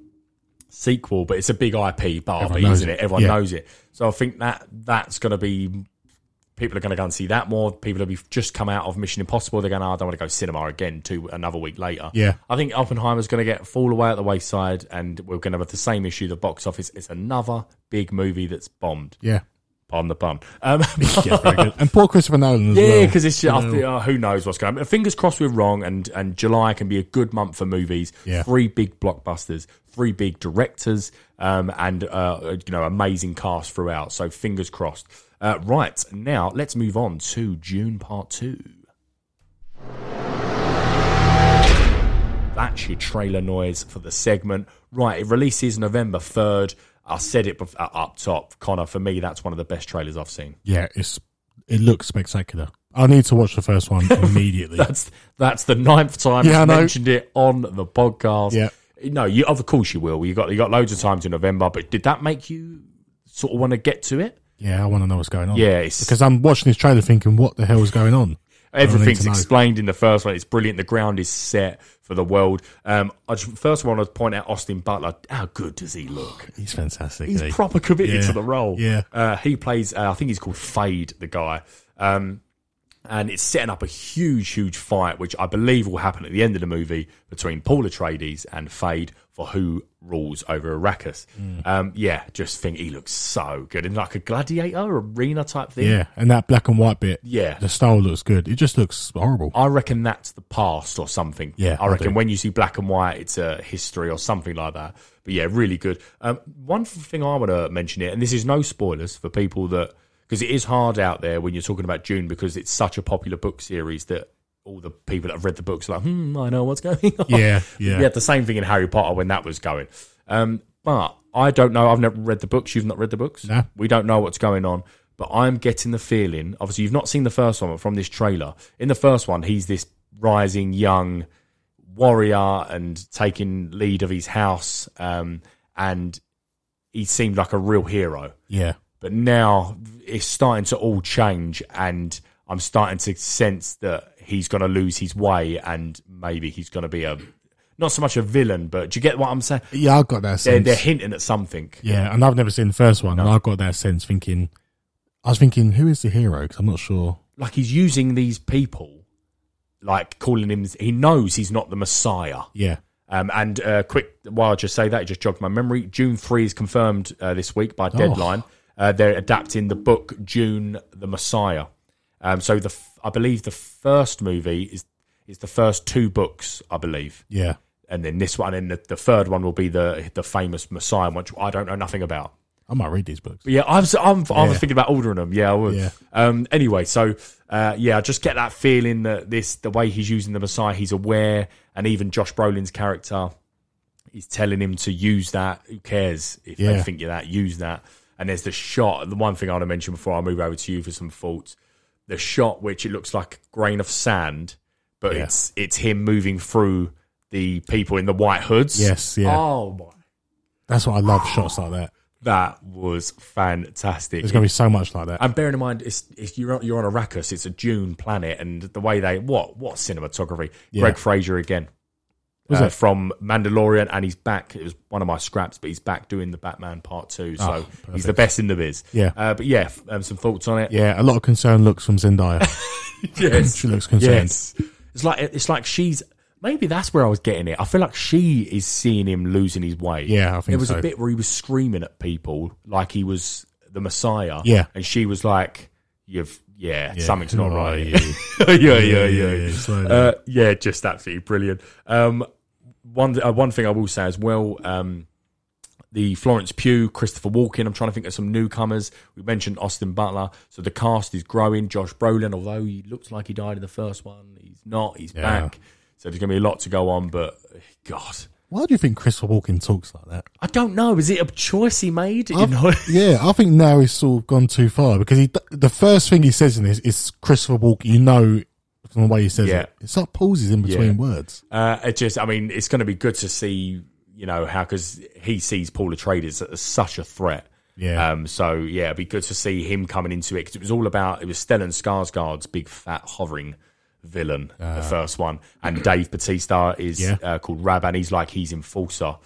sequel, but it's a big IP, Barbie, Everyone knows isn't it? it. Everyone Yeah. knows it. So I think that that's going to be people are going to go and see that more. People have be- just come out of Mission Impossible. They're going, oh, I don't want to go cinema again to another week later. Yeah. I think Oppenheimer's going to get fall away at the wayside, and we're going to have the same issue. The box office. It's another big movie that's bombed. Yeah. Pardon the pun. Um, Yeah, very good. And poor Christopher Nolan as well. Mm. yeah, because it's I think, uh, who knows what's going. on. Fingers crossed we're wrong, and and July can be a good month for movies. Yeah. Three big blockbusters, three big directors, um, and uh, you know amazing cast throughout. So fingers crossed. Uh, right now, let's move on to June Part Two. That's your trailer noise for the segment. Right, it releases November third. I said it bef- uh, up top, Connor. For me, that's one of the best trailers I've seen. Yeah, it's, it looks spectacular. I need to watch the first one immediately. That's that's the ninth time Yeah, I I've know. mentioned it on the podcast. Yeah. No, you of course you will. You got you got loads of times in November, but did that make you sort of want to get to it? yeah, I want to know what's going on. Yeah, it's- Because I'm watching this trailer thinking, what the hell is going on? Everything's to know. explained in the first one. It's brilliant. The ground is set for the world. Um, I just, first want to point out Austin Butler. How good does he look? He's fantastic. He's isn't he? proper committed Yeah. to the role. Yeah. Uh, he plays. Uh, I think he's called Fade. The guy. Um, and it's setting up a huge, huge fight, which I believe will happen at the end of the movie between Paul Atreides and Fade for who rules over Arrakis. Mm. Um, yeah, just think he looks so good in like a gladiator arena type thing. Yeah, and that black and white bit. Yeah. the style looks good. It just looks horrible. I reckon that's the past or something. Yeah, I I reckon do. when you see black and white, it's a history or something like that. But yeah, really good. Um, one thing I want to mention here, and this is no spoilers for people that because it is hard out there when you're talking about June because it's such a popular book series that all the people that have read the books are like, hmm, I know what's going on. Yeah, yeah. We had the same thing in Harry Potter when that was going. Um, but I don't know. I've never read the books. You've not read the books. No. We don't know what's going on. But I'm getting the feeling. Obviously, you've not seen the first one, but from this trailer, in the first one, he's this rising young warrior and taking lead of his house, um, and he seemed like a real hero Yeah, but now it's starting to all change and I'm starting to sense that he's going to lose his way and maybe he's going to be a not so much a villain but do you get what I'm saying yeah, I got that they're, sense. they're hinting at something yeah, and I've never seen the first one, and I got that sense thinking. I was thinking, who is the hero? Because I'm not sure. like he's using these people like calling him he knows he's not the messiah Yeah, Um, and uh, quick, while I just say that, it just jogged my memory. June 3 is confirmed uh, this week by Deadline. Uh, they're adapting the book June the Messiah. Um, so the f- I believe the first movie is is the first two books, I believe. yeah, And then this one and the, the third one will be the the famous Messiah, which I don't know nothing about. I might read these books. But yeah, I'm, s- I'm, I Yeah. was thinking about ordering them. Yeah, I would. Yeah. Um, anyway, so uh, yeah, I just get that feeling that this, the way he's using the Messiah, he's aware, and even Josh Brolin's character is telling him to use that. Who cares if they Yeah. think you're that? Use that. And there's the shot. The one thing I want to mention before I move over to you for some thoughts, the shot which it looks like a grain of sand, but Yeah. it's it's him moving through the people in the white hoods. Yes, yeah. Oh my. That's what I love. Shots like that. That was fantastic. There's gonna be so much like that. And bearing in mind, it's, it's you're on- you're on Arrakis. It's a Dune planet, and the way they what what cinematography. Yeah. Greg Fraser again, Was uh, it? from Mandalorian, and he's back. It was one of my scraps, but he's back doing the Batman Part Two. So he's the best in the biz. Ah, Yeah. uh, but yeah, f- um, some thoughts on it. Yeah, a lot of concerned looks from Zendaya. Yes. she looks concerned. Yes. It's like it's like she's maybe that's where I was getting it. I feel like she is seeing him losing his way. Yeah, I think there was a so. bit where he was screaming at people like he was the Messiah. Yeah. and she was like, "You've yeah, Yeah. something's not Oh, right." yeah. yeah, yeah, yeah. Yeah, yeah, yeah, yeah, slowly. Uh, yeah, just absolutely brilliant. Um, one uh, one thing I will say as well. Um, the Florence Pugh, Christopher Walken. I'm trying to think of some newcomers. We mentioned Austin Butler. So the cast is growing. Josh Brolin, although he looks like he died in the first one, he's not. He's Yeah. back. So there's going to be a lot to go on. But eh, God, Why do you think Christopher Walken talks like that? I don't know. Is it a choice he made? You know? I- yeah, I think now he's sort of gone too far because he, the first thing he says in this is Christopher Walken. You know from the way he says Yeah. it, it's like pauses in between Yeah. words. Uh, it just, I mean, it's going to be good to see, you know, how because he sees Paul Atreides as such a threat. Yeah. Um. So yeah, it'd be good to see him coming into it because it was all about it was Stellan Skarsgård's big fat hovering villain, the first one, and Dave Batista is Ah. Yeah. uh, called Rab, and he's like he's enforcer.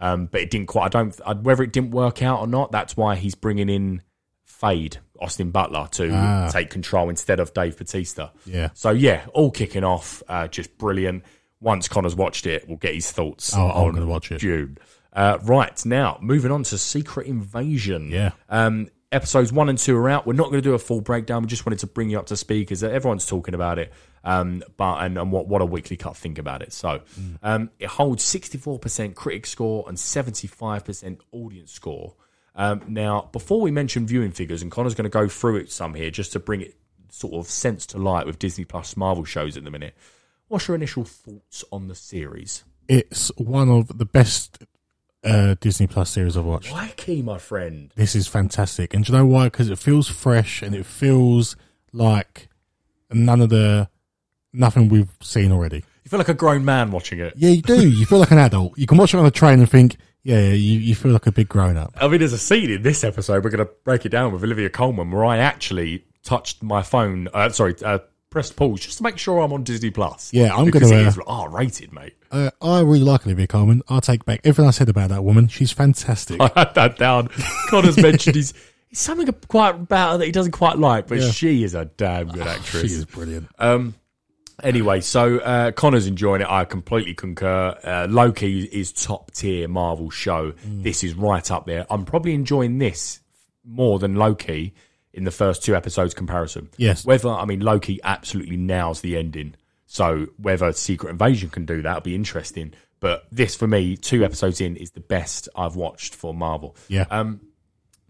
Um, but it didn't quite. I don't. I, whether it didn't work out or not, that's why he's bringing in Fade Austin Butler to Ah. take control instead of Dave Batista. Yeah. So yeah, all kicking off, uh, just brilliant. Once Connor's watched it, we'll get his thoughts. Oh, I'm on gonna watch it. June. Uh, right now, moving on to Secret Invasion. Yeah. Um, episodes one and two are out. We're not going to do a full breakdown. We just wanted to bring you up to speed because everyone's talking about it. Um, but and, and what what a weekly cut think about it. So um, it holds sixty four percent critic score and seventy five percent audience score. Um, now, before we mention viewing figures, and Connor's going to go through it some here just to bring it sort of sense to light with Disney Plus Marvel shows at the minute. What's your initial thoughts on the series? It's one of the best uh, Disney Plus series I've watched. Wacky, my friend. This is fantastic, and do you know why? Because it feels fresh and it feels like none of the nothing we've seen already. You feel like a grown man watching it. Yeah, you do. You feel like an adult. You can watch it on a train and think, yeah, yeah you, you feel like a big grown up. I mean, there's a scene in this episode. We're going to break it down with Olivia Coleman, where I actually touched my phone. Uh, sorry, uh, pressed pause just to make sure I'm on Disney Plus. Yeah, I'm because gonna, it uh, is R rated, mate. Uh, I really like Olivia Coleman. I'll take back everything I said about that woman. She's fantastic. I had that down. Connor's mentioned he's It's something quite about her that he doesn't quite like, but Yeah. she is a damn good She actress. is brilliant. Anyway, so uh, Connor's enjoying it. I completely concur. Uh, Loki is top tier Marvel show. Mm. This is right up there. I'm probably enjoying this more than Loki in the first two episodes comparison. Yes. Whether I mean Loki absolutely nails the ending. So whether Secret Invasion can do that will be interesting. But this for me, two episodes in, is the best I've watched for Marvel. Um, yeah. Do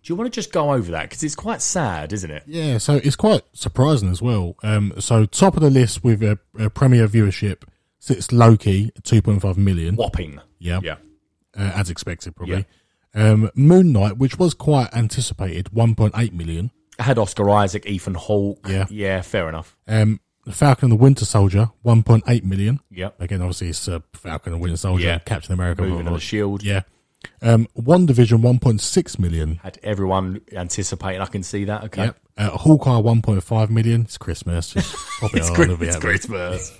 you want to just go over that because it's quite sad, isn't it? Yeah, so it's quite surprising as well. Um, so top of the list with a, a premier viewership sits Loki, two point five million, uh, Whopping. Yeah. Yeah. as expected probably. Um, Moon Knight, which was quite anticipated, one point eight million. I had Oscar Isaac, Ethan Hawke. Yeah. Yeah. Fair enough. Um, Falcon and the Winter Soldier, one point eight million. Yep. Again, obviously it's uh, Falcon and Winter Soldier, Yeah. Captain America, blah, Moving blah, on blah. the shield. Yeah. Um, One Division, one point six million. Had everyone anticipating. I can see that. Okay. Yep. Uh, Hawkeye, one point five million. It's Christmas. Just pop Oh, it It's, on Chris- over it's here. Christmas.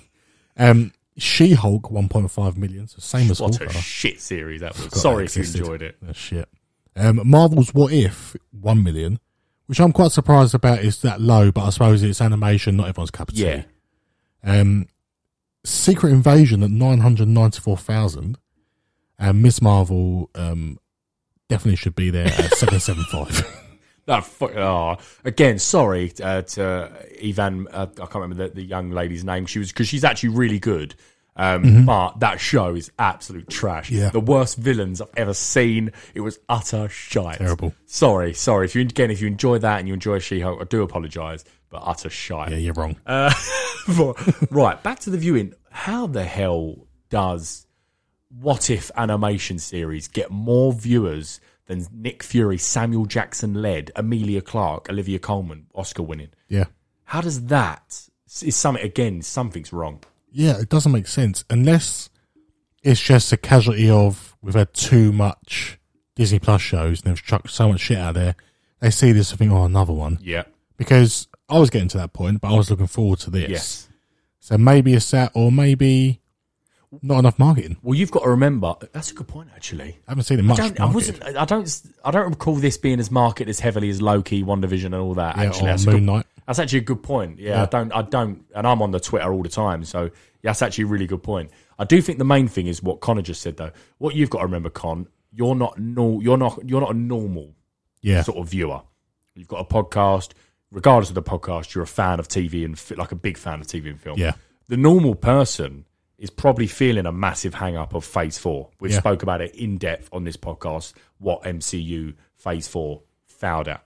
Um, She Hulk 1.5 million, so same as What Hawkeye. a shit series that was. Forgot Sorry that if you existed. enjoyed it. That's shit. Um, Marvel's What If 1 million, which I'm quite surprised about is that low, but I suppose it's animation, not everyone's cup of tea. Yeah. Um, Secret Invasion at 994,000, and Miss Marvel um, definitely should be there at 775. No, fuck, oh, again, sorry uh, to Ivan. Uh, I can't remember the, the young lady's name. She was because she's actually really good. Um, But that show is absolute trash. Mm-hmm. Yeah. The worst villains I've ever seen. It was utter shite. Terrible. Sorry, sorry. If you again, if you enjoy that and you enjoy She-Hulk, I do apologise, but utter shite. yeah, you're wrong. Uh, right, back to the viewing. How the hell does What If animation series get more viewers than Nick Fury, Samuel Jackson led, Amelia Clark, Olivia Coleman, Oscar winning? yeah. How does that is something again? Something's wrong. Yeah, it doesn't make sense unless it's just a casualty of we've had too much Disney Plus shows and they've chucked so much shit out there. They see this and think, oh, another one. Yeah. Because I was getting to that point, but I was looking forward to this. Yes. So maybe it's that, or maybe not enough marketing. Well, you've got to remember that's a good point. Actually, I haven't seen it much. I, don't, I marketed. wasn't. I don't. I don't recall this being as marketed as heavily as Loki, One Division, and all that. Yeah, actually, or that's a Moon good- Knight. That's actually a good point. Yeah, I Yeah. don't, I don't, and I'm on the Twitter all the time, so that's actually a really good point. I do think the main thing is what Connor just said, though. What you've got to remember, Con, you're not nor, you're not, you're not a normal Yeah. sort of viewer. You've got a podcast. Regardless of the podcast, you're a fan of TV and fi- like a big fan of TV and film. Yeah. The normal person is probably feeling a massive hang up of Phase Four. We've Yeah. spoke about it in depth on this podcast. What MCU Phase Four fouled at.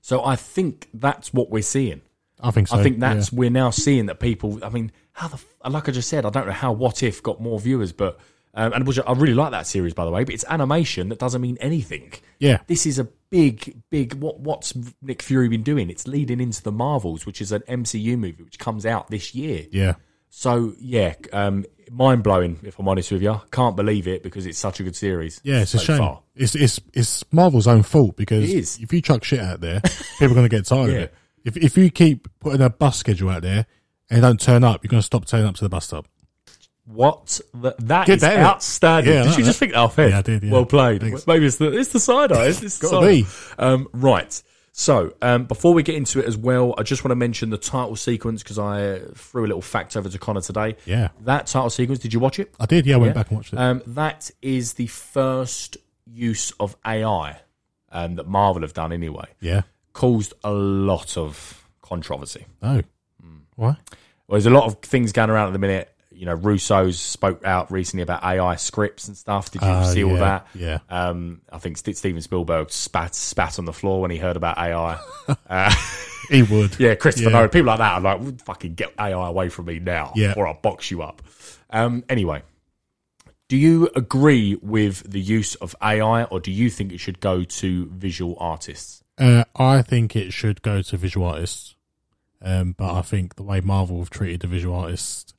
So I think that's what we're seeing. I think so. I think that's we're now seeing that people. I mean, how the f- like I just said, I don't know how What If got more viewers, but um, and which I really like that series by the way. But it's animation that doesn't mean anything. Yeah. this is a big, big. What what's Nick Fury been doing? It's leading into the Marvels, which is an MCU movie which comes out this year. Yeah. So yeah, um, mind blowing. If I'm honest with you, can't believe it because it's such a good series. Yeah, it's a so shame. far. It's it's it's Marvel's own fault because It is. if you chuck shit out there, people are going to get tired Yeah. of it. If if you keep putting a bus schedule out there and don't turn up, you're going to stop turning up to the bus stop. What the, that Good is day. outstanding. Yeah, did that- you just that- think that off head? Yeah, I did, yeah. Well played. Thanks. Maybe it's the it's the side eye. It's, it's the Gotta be. side eye. Um, right. So um, before we get into it as well, I just want to mention the title sequence because I threw a little fact over to Connor today. Yeah. That title sequence. Did you watch it? I did. Yeah, I went Yeah. back and watched it. Um, that is the first use of AI um, that Marvel have done anyway. yeah. Caused a lot of controversy. No. Hmm. Why? Well, there's a lot of things going around at the minute. You know, Russo's spoke out recently about AI scripts and stuff. Did you Uh, see all yeah, that? yeah. Um, I think St- Steven Spielberg spat spat on the floor when he heard about AI. He would. yeah, Christopher Yeah. Nolan, people like that are like, fucking get AI away from me now, Yeah. or I'll box you up. Um, anyway, do you agree with the use of AI, or do you think it should go to visual artists? Uh, I think it should go to visual artists, um, but I think the way Marvel have treated the visual artists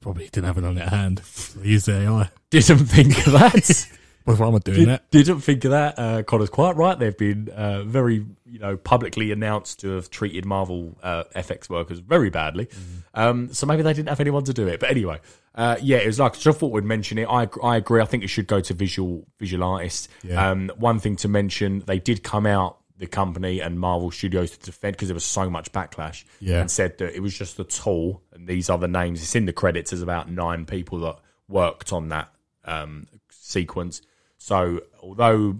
probably didn't have it on their hand. They used the AI. Didn't think of that. Well, why am I doing Did, that? Didn't think of that. Uh, Connor's quite right. They've been uh, very, you know, publicly announced to have treated Marvel uh, FX workers very badly. Mm. Um, so maybe they didn't have anyone to do it. But anyway, uh, yeah, it was like I just thought we'd mention it. I I agree. I think it should go to visual visual artists. Yeah. Um, one thing to mention: they did come out the company and Marvel Studios to defend because there was so much backlash. Yeah. And said that it was just the tool and these other names. It's in the credits. There's about nine people that worked on that um, sequence. So although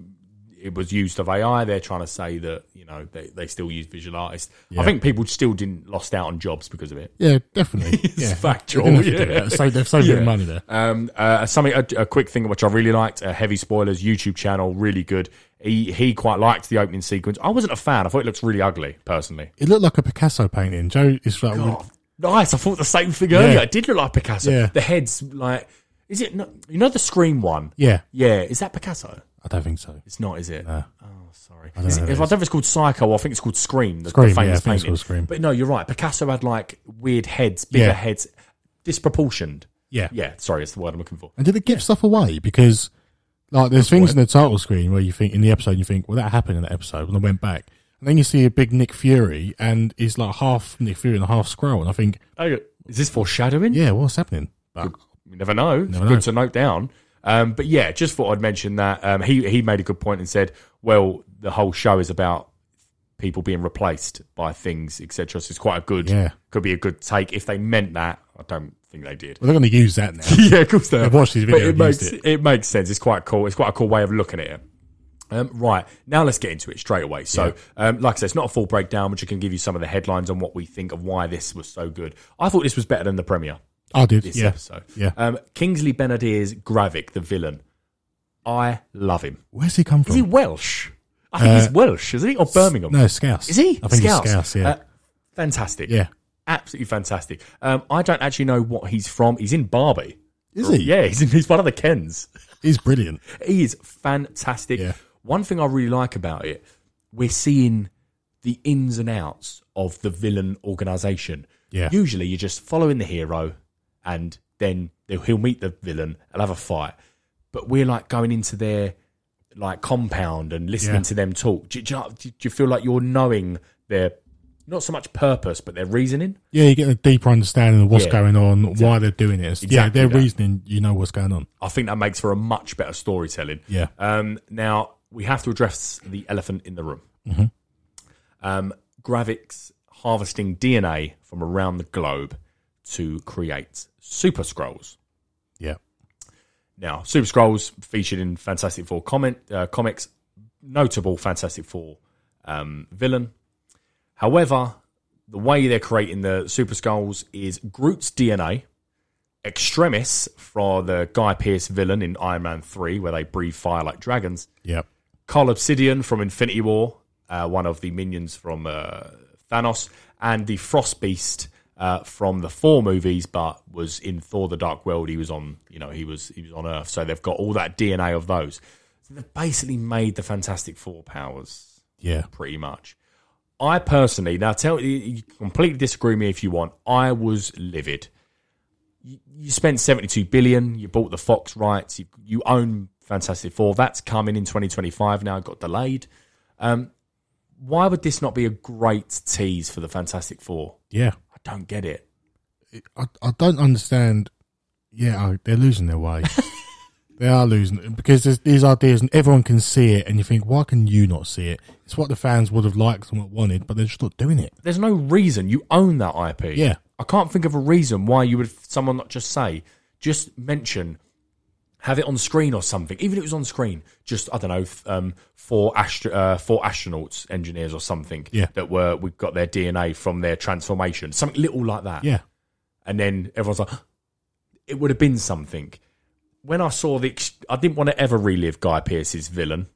it was used of AI, they're trying to say that you know they, they still use visual artists. I think people still didn't lost out on jobs because of it. Yeah, definitely. It's yeah. factual, They didn't have to yeah. do that. So they've saved a bit of money there. Um, uh, something a, a quick thing which I really liked. Uh, Heavy spoilers YouTube channel, really good. He he quite liked the opening sequence. I wasn't a fan. I thought it looked really ugly, personally. It looked like a Picasso painting. Joe is like, Nice. I thought the same thing earlier. It did look like Picasso. Oh. Yeah. The head's like, is it? Not, you know the scream one. yeah, Yeah. Is that Picasso? I don't think so. It's not, is it? Oh, sorry. don't Is know it- who if it I is. don't know if it's called Psycho, I think it's called Scream. The, Scream, the famous yeah, I think it's painting. called Scream. But no, you're right. Picasso had like weird heads, bigger Yeah. heads, disproportioned. Yeah. Yeah. Sorry, it's the word I'm looking for. And did it give stuff away? Because like there's things in the title screen where you think in the episode you think, well, that happened in that episode, and I went back, and then you see a big Nick Fury, and he's like half Nick Fury and half Skrull, and I think, Oh, is this foreshadowing? yeah, what's happening? You never know. It's Never good know. to note down. Um, but yeah, just thought I'd mention that. Um, he he made a good point and said, well, the whole show is about people being replaced by things, etc. So it's quite a good, Yeah. could be a good take if they meant that. I don't think they did. Well, they're going to use that now. yeah, of course they have. watched his video But it and makes used it. makes sense. It's quite cool. It's quite a cool way of looking at it. Um, right now, let's get into it straight away. So, um, like I said, it's not a full breakdown, but I can give you some of the headlines on what we think of why this was so good. I thought this was better than the premiere I did, this yeah, episode. yeah. Um, Kingsley Benadir's Gravik, the villain. I love him. Where's he come Is he from? Welsh? I think he's Welsh, isn't he? Or Birmingham? Uh, No, Scouse. Is he? I think Scouse. he's Scouse. Yeah, Uh, fantastic. yeah. Absolutely fantastic. Um, I don't actually know what he's from. He's in Barbie. Is he? Yeah, he's, in, he's one of the Kens. he's brilliant. He is fantastic. Yeah. One thing I really like about it, we're seeing the ins and outs of the villain organization. Yeah. Usually you're just following the hero and then they'll- he'll meet the villain and have a fight. But we're like going into their like compound and listening Yeah. to them talk. Do, you- do you know- do you feel like you're knowing their not so much purpose but their reasoning? Yeah, you get a deeper understanding of what's Yeah. going on, why they're doing it. yeah, Exactly their that. reasoning, you know what's going on. I think that makes for a much better storytelling. Yeah. Um, now we have to address the elephant in the room. Um, Gravix harvesting DNA from around the globe to create Super Scrolls. Yeah, Now, Super Scrolls featured in Fantastic Four comment, uh, comics, notable Fantastic Four um, villain. However, the way they're creating the Super Skulls is Groot's DNA, Extremis for the Guy Pearce villain in Iron Man 3, where they breathe fire like dragons, yeah, Carl Obsidian from Infinity War, uh, one of the minions from uh, Thanos, and the Frost Beast uh, from the four movies, but was in Thor: The Dark World. He was on, you know, he was he was on Earth, so they've got all that DNA of those. So they've basically made the Fantastic Four powers yeah. pretty much. I personally now tell you, you can completely disagree with me if you want. I was livid. You, you spent seventy two billion. You bought the Fox rights. You, you own Fantastic Four. That's coming in twenty twenty five. Now it got delayed. Um, why would this not be a great tease for the Fantastic Four? Yeah, I don't get it. I, I don't understand. Yeah, I, they're losing their way. they are losing because there's these ideas, and everyone can see it. And you think, why can you not see it? It's what the fans would have liked and what wanted, but they're just not doing it. There's no reason you own that IP. Yeah. I can't think of a reason why you would someone not just say, just mention, have it on screen or something. Even if it was on screen, just I don't know, f- um, four astro- uh, four astronauts, engineers or something Yeah. that were we got their DNA from their transformation, something little like that. Yeah, And then everyone's like, it would have been something. When I saw the, ex- I didn't want to ever relive Guy Pearce's villain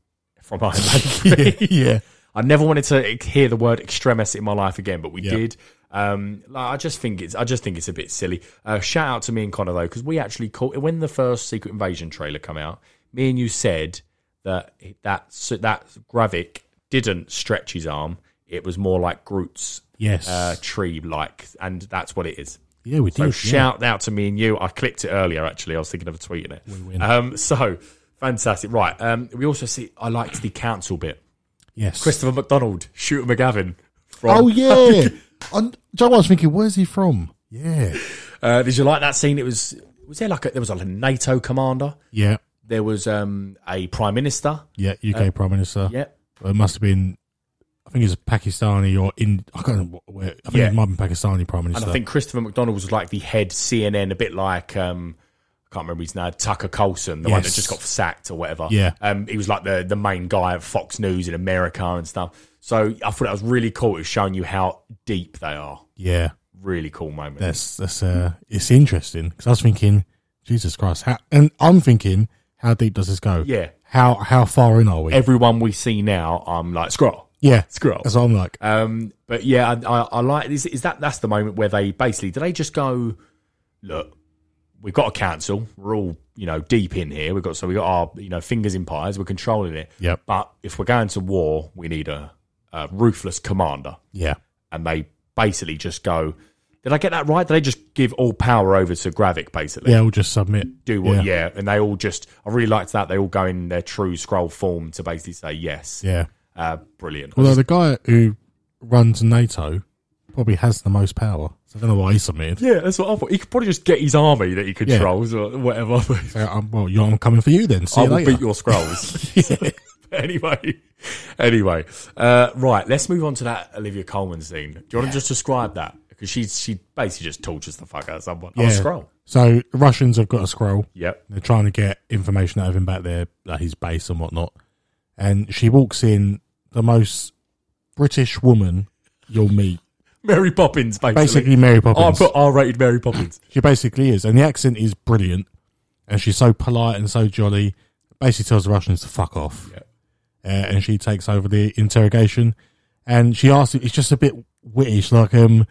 from Iron Man. 3. yeah. I never wanted to hear the word extremis in my life again, but we Yeah. did. Um, like, I just think it's I just think it's a bit silly. Uh, shout out to me and Connor though, because we actually called when the first Secret Invasion trailer come out. Me and you said that that that Gravik didn't stretch his arm; it was more like Groot's Yes. uh, tree like, and that's what it is. Yeah, we So did. yeah. shout out to me and you. I clipped it earlier. Actually, I was thinking of tweeting it. Um, so fantastic, right? Um, we also see I liked the council bit. Yes. Christopher McDonald, Shooter McGavin. From, oh yeah. I'm, John, I was thinking, where's he from? Yeah, Uh, did you like that scene? It was was there like a, there was like a NATO commander. yeah, There was um, a prime minister. yeah. UK Prime Minister. Uh, Yeah, Well, It must have been I think he's Pakistani or in. I can't remember what- where. I think Yeah. it might be Pakistani prime And minister. I think Christopher McDonald was like the head CNN, a bit like um, I can't remember his name, Tucker Carlson, the one that Yes. just got sacked or whatever. Yeah. um, he was like the the main guy at Fox News in America and stuff. So I thought that was really cool. It was showing you how deep they are. yeah, Really cool moment. that's that's uh, it's interesting because I was thinking, Jesus Christ, how, and I'm thinking, how deep does this go? Yeah. how how far in are we? Everyone we see now, I'm like scroll. yeah, Scroll. That's what I'm like. Uh, Um, but yeah, I, I, I like this. Is that that's the moment where they basically do they just go, look, we've got to cancel. We're all you know deep in here. We've got so we got our you know fingers in pies. We're controlling it. Yep. But if we're going to war, we need a, a ruthless commander. yeah, And they basically just go. Did I get that right? Did they just give all power over to Gravik basically? yeah, we'll just submit. Do what? Yeah. And they all just. I really liked that. They all go in their true scroll form to basically say yes. yeah. Uh, brilliant. Although the guy who runs NATO probably has the most power, so I don't know why he submitted. Yeah, that's what I thought. He could probably just get his army that he controls or whatever. So, um, well, you're, I'm coming for you then. See I you will later. beat your scrolls. anyway, anyway, uh, right. Let's move on to that Olivia Coleman scene. Do you want to just describe that? Because she she basically just tortures the fuck out of someone. Yeah. Yeah. a scroll. So the Russians have got a scroll. Yep. They're trying to get information out of him back there, at his base and whatnot. And she walks in, the most British woman you'll meet. Mary Poppins, basically. Basically, Mary Poppins. I put R-rated Mary Poppins. She basically is, and the accent is brilliant. And she's so polite and so jolly. Basically, tells the Russians to fuck off. Yeah. Uh, and she takes over the interrogation. And she asks, it's just a bit wittish, like um,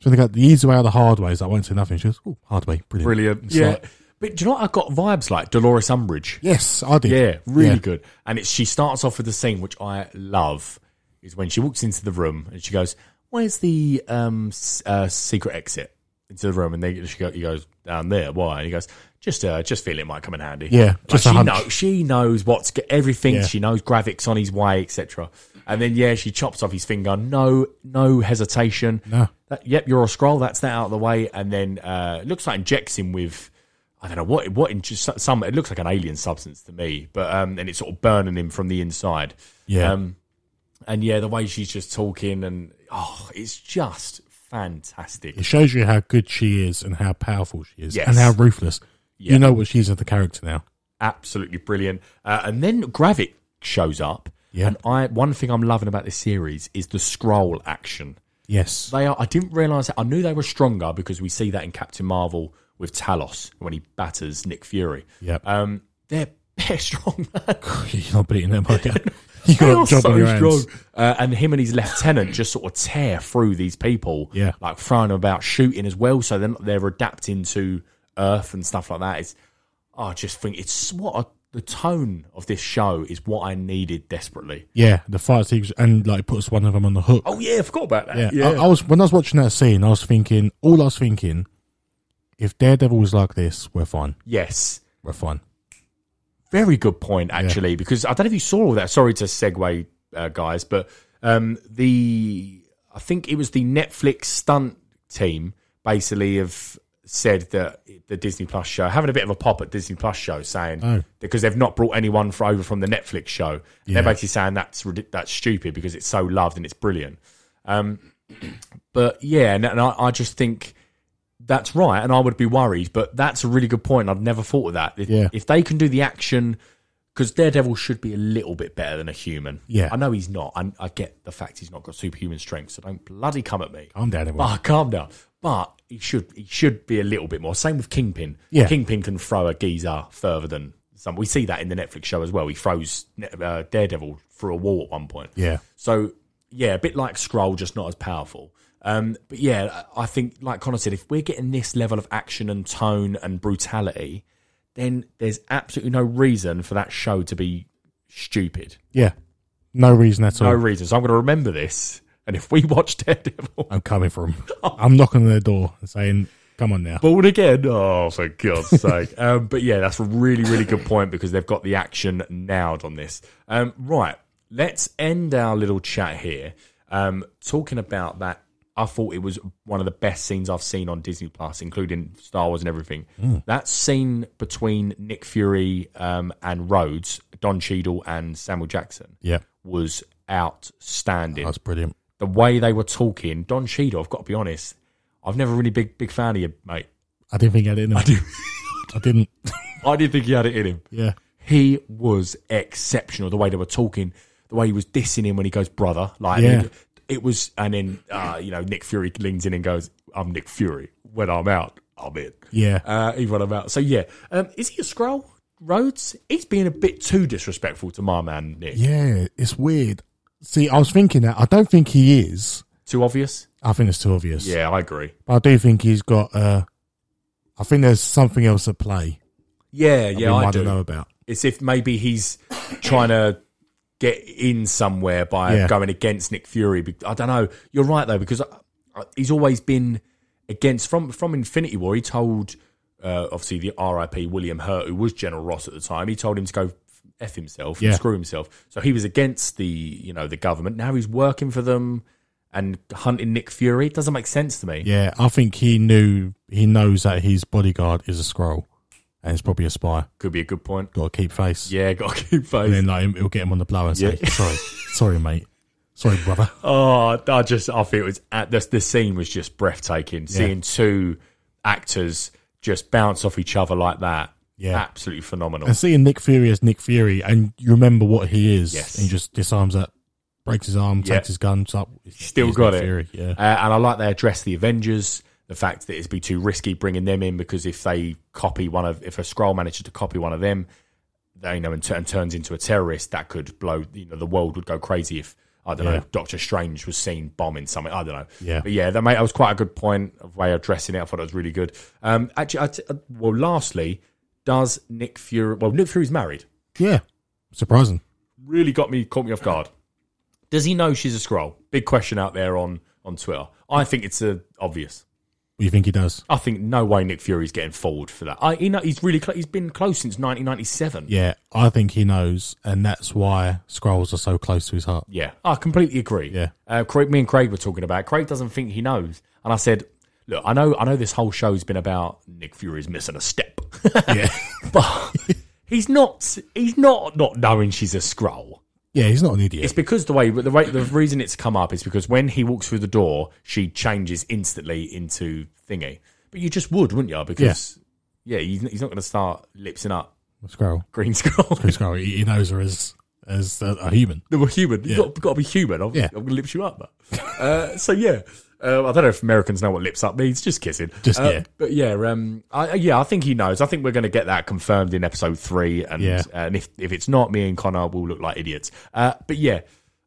trying to go the easy way or the hard way. So I won't say nothing. She goes, "Oh, hard way, brilliant, Brilliant. It's yeah. like, but do you know what? I got vibes like Dolores Umbridge. yes, I did. Yeah, really Yeah. good. And it's she starts off with a scene which I love is when she walks into the room and she goes, "Where's the um s- uh, secret exit into the room?" And they she go, he goes down there. Why? And he goes, "Just uh, just feel it might come in handy." Yeah, Like, just a she hunch. knows she knows what's g- everything. Yeah. She knows graphics on his way, etc. And then yeah, she chops off his finger. No, no hesitation. No. That, yep, you're a scroll. That's that out of the way. And then uh, it looks like injects him with I don't know what what in just some it looks like an alien substance to me, but um, and it's sort of burning him from the inside. Yeah. Um, and yeah, the way she's just talking and oh, it's just fantastic. It shows you how good she is and how powerful she is Yes. and how ruthless. Yeah. You know what she's as the character now. absolutely brilliant. Uh, and then Gravik shows up. Yeah. And I one thing I'm loving about this series is the scroll action. Yes. They are. I didn't realize that. I knew they were stronger because we see that in Captain Marvel with Talos when he batters Nick Fury. Yep. Um, they're they're strong. man. You're not beating them, okay. You got a job on your hands. Uh, and him and his lieutenant just sort of tear through these people, Yeah. like throwing them about, shooting as well. So then they're adapting to Earth and stuff like that. It's, I just think it's what a, the tone of this show is what I needed desperately. Yeah, the fire sequence and like puts one of them on the hook. Oh yeah, I forgot about that. yeah, I, I was when I was watching that scene, I was thinking, all I was thinking, if Daredevil was like this, we're fine, yes. we're fine. Very good point, actually, because I don't know if you saw all that. Sorry to segue, uh, guys, but um, the I think it was the Netflix stunt team basically have said that the Disney Plus show having a bit of a pop at Disney Plus show, saying Oh. because they've not brought anyone for, over from the Netflix show, And Yeah. they're basically saying that's ridic- that's stupid because it's so loved and it's brilliant. Um, but yeah, and, and I, I just think. That's right, and I would be worried, but that's a really good point. I've never thought of that. If, Yeah. if they can do the action, because Daredevil should be a little bit better than a human. Yeah. I know he's not. I, I get the fact he's not got superhuman strength, so don't bloody come at me. I'm Daredevil. Ah, calm down. But he should he should be a little bit more. Same with Kingpin. Yeah. Kingpin can throw a geezer further than some. We see that in the Netflix show as well. He throws uh, Daredevil through a wall at one point. Yeah. So yeah, a bit like Scroll, just not as powerful. Um, but yeah, I I think like Connor said, if we're getting this level of action and tone and brutality, then there's absolutely no reason for that show to be stupid. Yeah, no reason at No all. reason. So I'm going to remember this. And if we watch Daredevil I'm coming for him. Oh. I'm knocking on their door and saying, "Come on now." born again, oh for God's sake! Um, but yeah, that's a really really good point because they've got the action nailed on this. Um, right, let's end our little chat here. Um, talking about that, I thought it was one of the best scenes I've seen on Disney Plus, including Star Wars and everything. That scene between Nick Fury um, and Rhodes, Don Cheadle and Samuel Jackson yeah, was outstanding. That's brilliant. the way they were talking, Don Cheadle, I've got to be honest, I've never really big big fan of you, mate. I didn't think I did. I, did. I didn't. I didn't think he had it in him. Yeah. He was exceptional. The way they were talking, the way he was dissing him when he goes, brother. Like, Yeah. it, it was, and then, uh, you know, Nick Fury leans in and goes, I'm Nick Fury. When I'm out, I'm in. Yeah. Uh, even when I'm out. So, yeah. Um, is he a Skrull? Rhodes? He's being a bit too disrespectful to my man, Nick. Yeah, it's weird. See, I was thinking that I don't think he is. Too obvious? I think it's too obvious. Yeah, I agree. But I do think he's got. Uh, I think there's something else at play. Yeah, yeah, we I might do. not know about. It's if maybe he's trying to get in somewhere by Yeah. going against Nick Fury. Be- I don't know. You're right though because I, I, he's always been against from from Infinity War. He told uh, obviously the R.I.P. William Hurt, who was General Ross at the time. He told him to go f himself, and Yeah. screw himself. So he was against the you know the government. Now he's working for them and hunting Nick Fury. It doesn't make sense to me. Yeah, I think he knew. He knows that his bodyguard is a scroll, and it's probably a spy. Could be a good point. Got to keep face. Yeah, got to keep And face. then like it'll get him on the blower. And say, Yeah. sorry, sorry, mate. Sorry, brother. Oh, I just I feel it was at this. The scene was just breathtaking. Seeing two actors just bounce off each other like that, Yeah. absolutely phenomenal. And seeing Nick Fury as Nick Fury, and you remember what he is. Yes. And he just disarms that, breaks his arm, Yeah. takes his guns up. Still He's got Nick it. Fury, yeah. Uh, and I like they address the Avengers. The fact that it'd be too risky bringing them in because if they copy one of, if a scroll manages to copy one of them, they you know and, tu- and turns into a terrorist, that could blow. You know, the world would go crazy if I don't Yeah. know Doctor Strange was seen bombing something. I don't know. Yeah. but yeah, that mate, that was quite a good point of way of addressing it. I thought it was really good. Um, actually, I t- uh, well, lastly, does Nick Fury? Well, Nick Fury's married. Yeah. Surprising. Really got me, caught me off guard. Does he know she's a scroll? Big question out there on on Twitter. I think it's uh, obvious. What do you think he does? I think no way Nick Fury's getting forward for that. I, he know, he's really cl- he's been close since 1997. Yeah, I think he knows, and that's why scrolls are so close to his heart. Yeah, I completely agree. Yeah. uh, Craig, me and Craig were talking about. it. Craig doesn't think he knows, and I said, "Look, I know, I know. This whole show's been about Nick Fury's missing a step, Yeah, but he's not. He's not not knowing she's a scroll. yeah, he's not an idiot. It's because the way the way, the reason it's come up is because when he walks through the door, she changes instantly into thingy. But you just would, wouldn't you? Because yeah, he's, he's not going to start lipsing up Scroll, Green Scroll. Chris Scroll, he he knows her as as a, a human. They were human. You've Yeah. got, got to be human. I'm, Yeah. I'm going to lips you up. mate. uh, so yeah, uh, I don't know if Americans know what lips up means. Just kissing. Just, Uh, yeah. But yeah, um, I, yeah, I think he knows. I think we're going to get that confirmed in episode three. And uh, Yeah. and if if it's not, me and Connor will look like idiots. Uh, but yeah,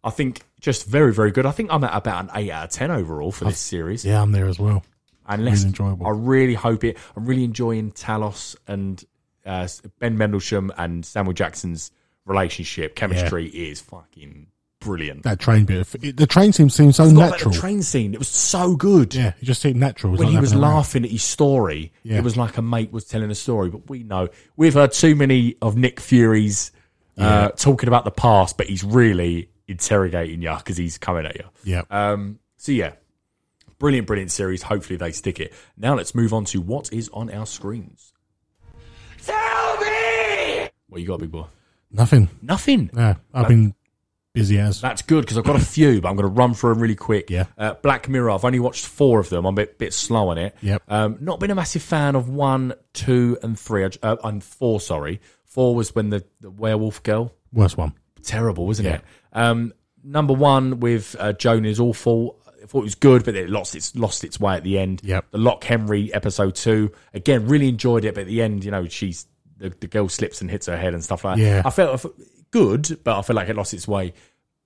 I think just very very good. I think I'm at about an eight out of ten overall for this series. Yeah, I'm there as well. Unless Really enjoyable. I really hope it. I'm really enjoying Talos and uh, Ben Mendelsohn and Samuel Jackson's relationship chemistry is fucking brilliant. That train bit, of- it- the train scene seems so Not natural. Like the train scene. It was so good. yeah, it just seemed natural. It When like he was nothing around. laughing at his story, Yeah. it was like a mate was telling a story. But we know we've heard too many of Nick Fury's uh, talking about the past, but he's really interrogating you because he's coming at you. Yeah, Um, so yeah, brilliant, brilliant series. Hopefully they stick it. Now let's move on to what is on our screens. Tell me what you got, big boy. nothing. Nothing. Yeah, I've been busy as. That's good because I've got a few, but I'm going to run through them really quick. Yeah. Uh, Black Mirror. I've only watched four of them. I'm a bit, bit slow on it. Yep. Um, not been a massive fan of one, two, and three. I j- Uh, and four, sorry. Four was when the, the werewolf girl Worst one. terrible, wasn't it? Um, number one with uh, Joan is awful. I thought it was good, but it lost its lost its way at the end. Yep. The Lock Henry episode two again really enjoyed it, but at the end, you know, she's the, the girl slips and hits her head and stuff like that. Yeah. I felt I felt good, but I feel like it lost its way.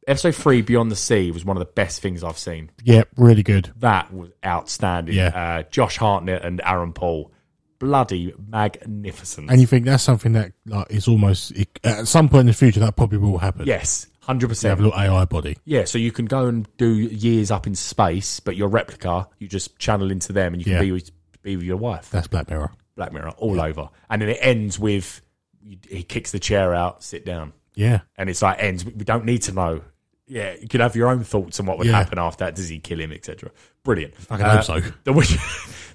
Episode three, Beyond the Sea, was one of the best things I've seen. Yeah, really good. That was outstanding. Yeah. Uh, Josh Hartnett and Aaron Paul, bloody magnificent. And you think that's something that like is almost it, at some point in the future that probably will happen. yes, hundred They percent. have a little AI body. Yeah, so you can go and do years up in space, but your replica, you just channel into them and you can Yeah. be, with, be with your wife. That's Black Mirror. Black Mirror, all over. And then it ends with you- he kicks the chair out, sit down. Yeah, And it's like, ends. We we don't need to know. Yeah, you could have your own thoughts on what would Yeah. happen after that. Does he kill him, etc.? Brilliant. I can Uh, hope so. the Witcher,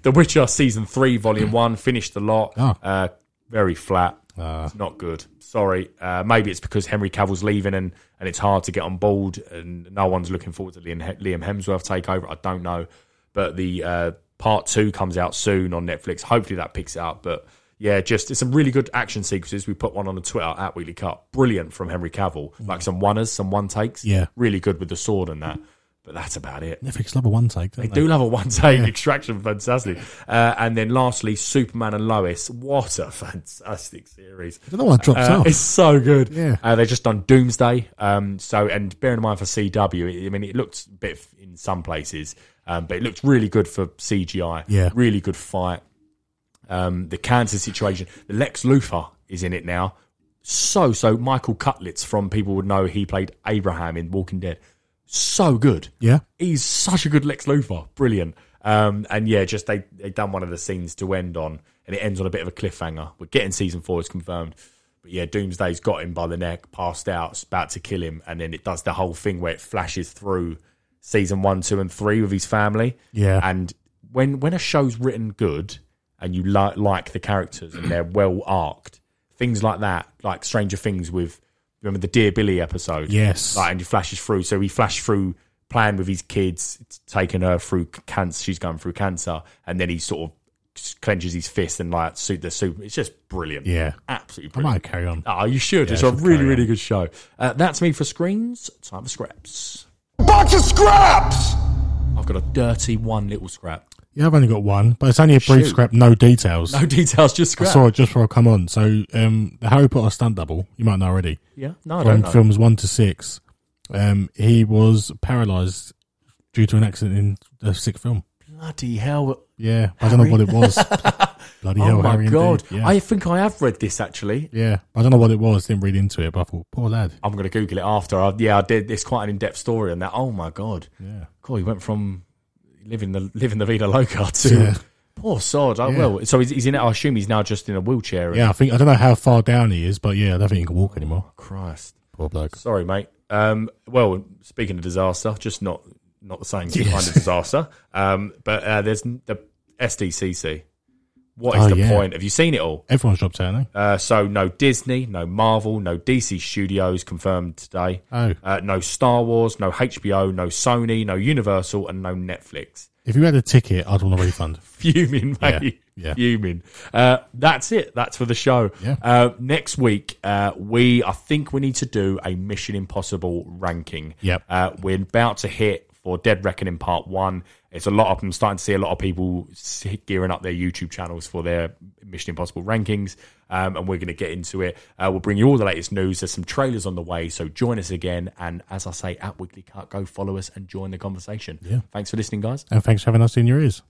the Witcher season three, volume one, finished a lot. Oh. Uh, very flat. it's not good. Sorry. Uh, maybe it's because Henry Cavill's leaving and, and it's hard to get on board and no one's looking forward to Liam He- Liam Hemsworth takeover. I don't know. But the uh, part two comes out soon on Netflix. Hopefully that picks it up. But yeah, just it's some really good action sequences. We put one on the Twitter at Wheatley Cup. Brilliant from Henry Cavill. Like some oneers, some one takes. Yeah. Really good with the sword and that. But that's about it. Netflix love a one take, don't They do love a one take extraction, fantastic. Uh, and then lastly, Superman and Lois. What a fantastic series. I don't know why it drops Uh, off. It's so good. Yeah. Uh, they've just done Doomsday. Um, so, and bearing in mind for CW, I mean, it looked a bit f- in some places, um, but it looked really good for CGI. Yeah. Really good fight. Um, the cancer situation. The Lex Luthor is in it now. So, so Michael Cutlitz from people would know he played Abraham in Walking Dead. So good. Yeah. He's such a good Lex Luthor. Brilliant. Um, and yeah, just they they done one of the scenes to end on, and it ends on a bit of a cliffhanger. We're getting season four is confirmed. But yeah, Doomsday's got him by the neck, passed out, it's about to kill him, and then it does the whole thing where it flashes through season one, two, and three with his family. Yeah. And when when a show's written good and you li- like the characters and they're well arced, things like that, like Stranger Things with remember the Dear Billy episode. Yes. Like, and he flashes through. So he flashed through playing with his kids, t- taking her through cancer. She's going through cancer, and then he sort of just clenches his fist and like suit the super. It's just brilliant. Yeah. absolutely. I brilliant. might carry on. Oh, you should. it's I a should really, carry really good show. Uh, that's me for screens. Time for scraps. Bunch of scraps! I've got a dirty one little scrap. Yeah, I've only got one, but it's only a brief Shoot. scrap, no details. No details, just I scrap. saw it just before I come on. So um, the Harry Potter stunt double, you might know already. Yeah, no, I don't From know. films one to six, um, he was paralysed due to an accident in the sixth film. Bloody hell! Yeah, I don't know what it was. Bloody hell, Oh my Harry god! Indeed. Yeah. I think I have read this actually. yeah, I don't know what it was. Didn't read into it, but I thought, poor lad. I'm going to Google it after. I, yeah, I did. It's quite an in-depth story on that. Oh my god! Yeah, cool. He went from living the living the vida loca to Yeah. poor sod. Oh Yeah. well. So he's, he's in. I assume he's now just in a wheelchair. and- Yeah, I think I don't know how far down he is, but yeah, I don't think he can walk anymore. Christ. Poor bloke. Sorry, mate. Um, well, speaking of disaster, just not not the same kind of disaster. Um, but uh, there's n- the SDCC. What is Oh, the yeah. point? Have you seen it all? Everyone's dropped out, eh? Uh, so no Disney, no Marvel, no DC Studios confirmed today. Oh. Uh, no Star Wars, no HBO, no Sony, no Universal, and no Netflix. If you had a ticket, I'd want a refund. Fuming, mate. Yeah, yeah. Fuming. Uh, that's it. That's for the show. Yeah. Uh, next week, uh, we I think we need to do a Mission Impossible ranking. Yep. Uh, we're about to hit for Dead Reckoning Part One. It's a lot of I'm starting to see a lot of people s- gearing up their YouTube channels for their Mission Impossible rankings, um, and we're going to get into it. Uh, we'll bring you all the latest news. There's some trailers on the way, so join us again. And as I say, at Weekly Cut, go follow us and join the conversation. Yeah. Thanks for listening, guys. And thanks for having us in your ears.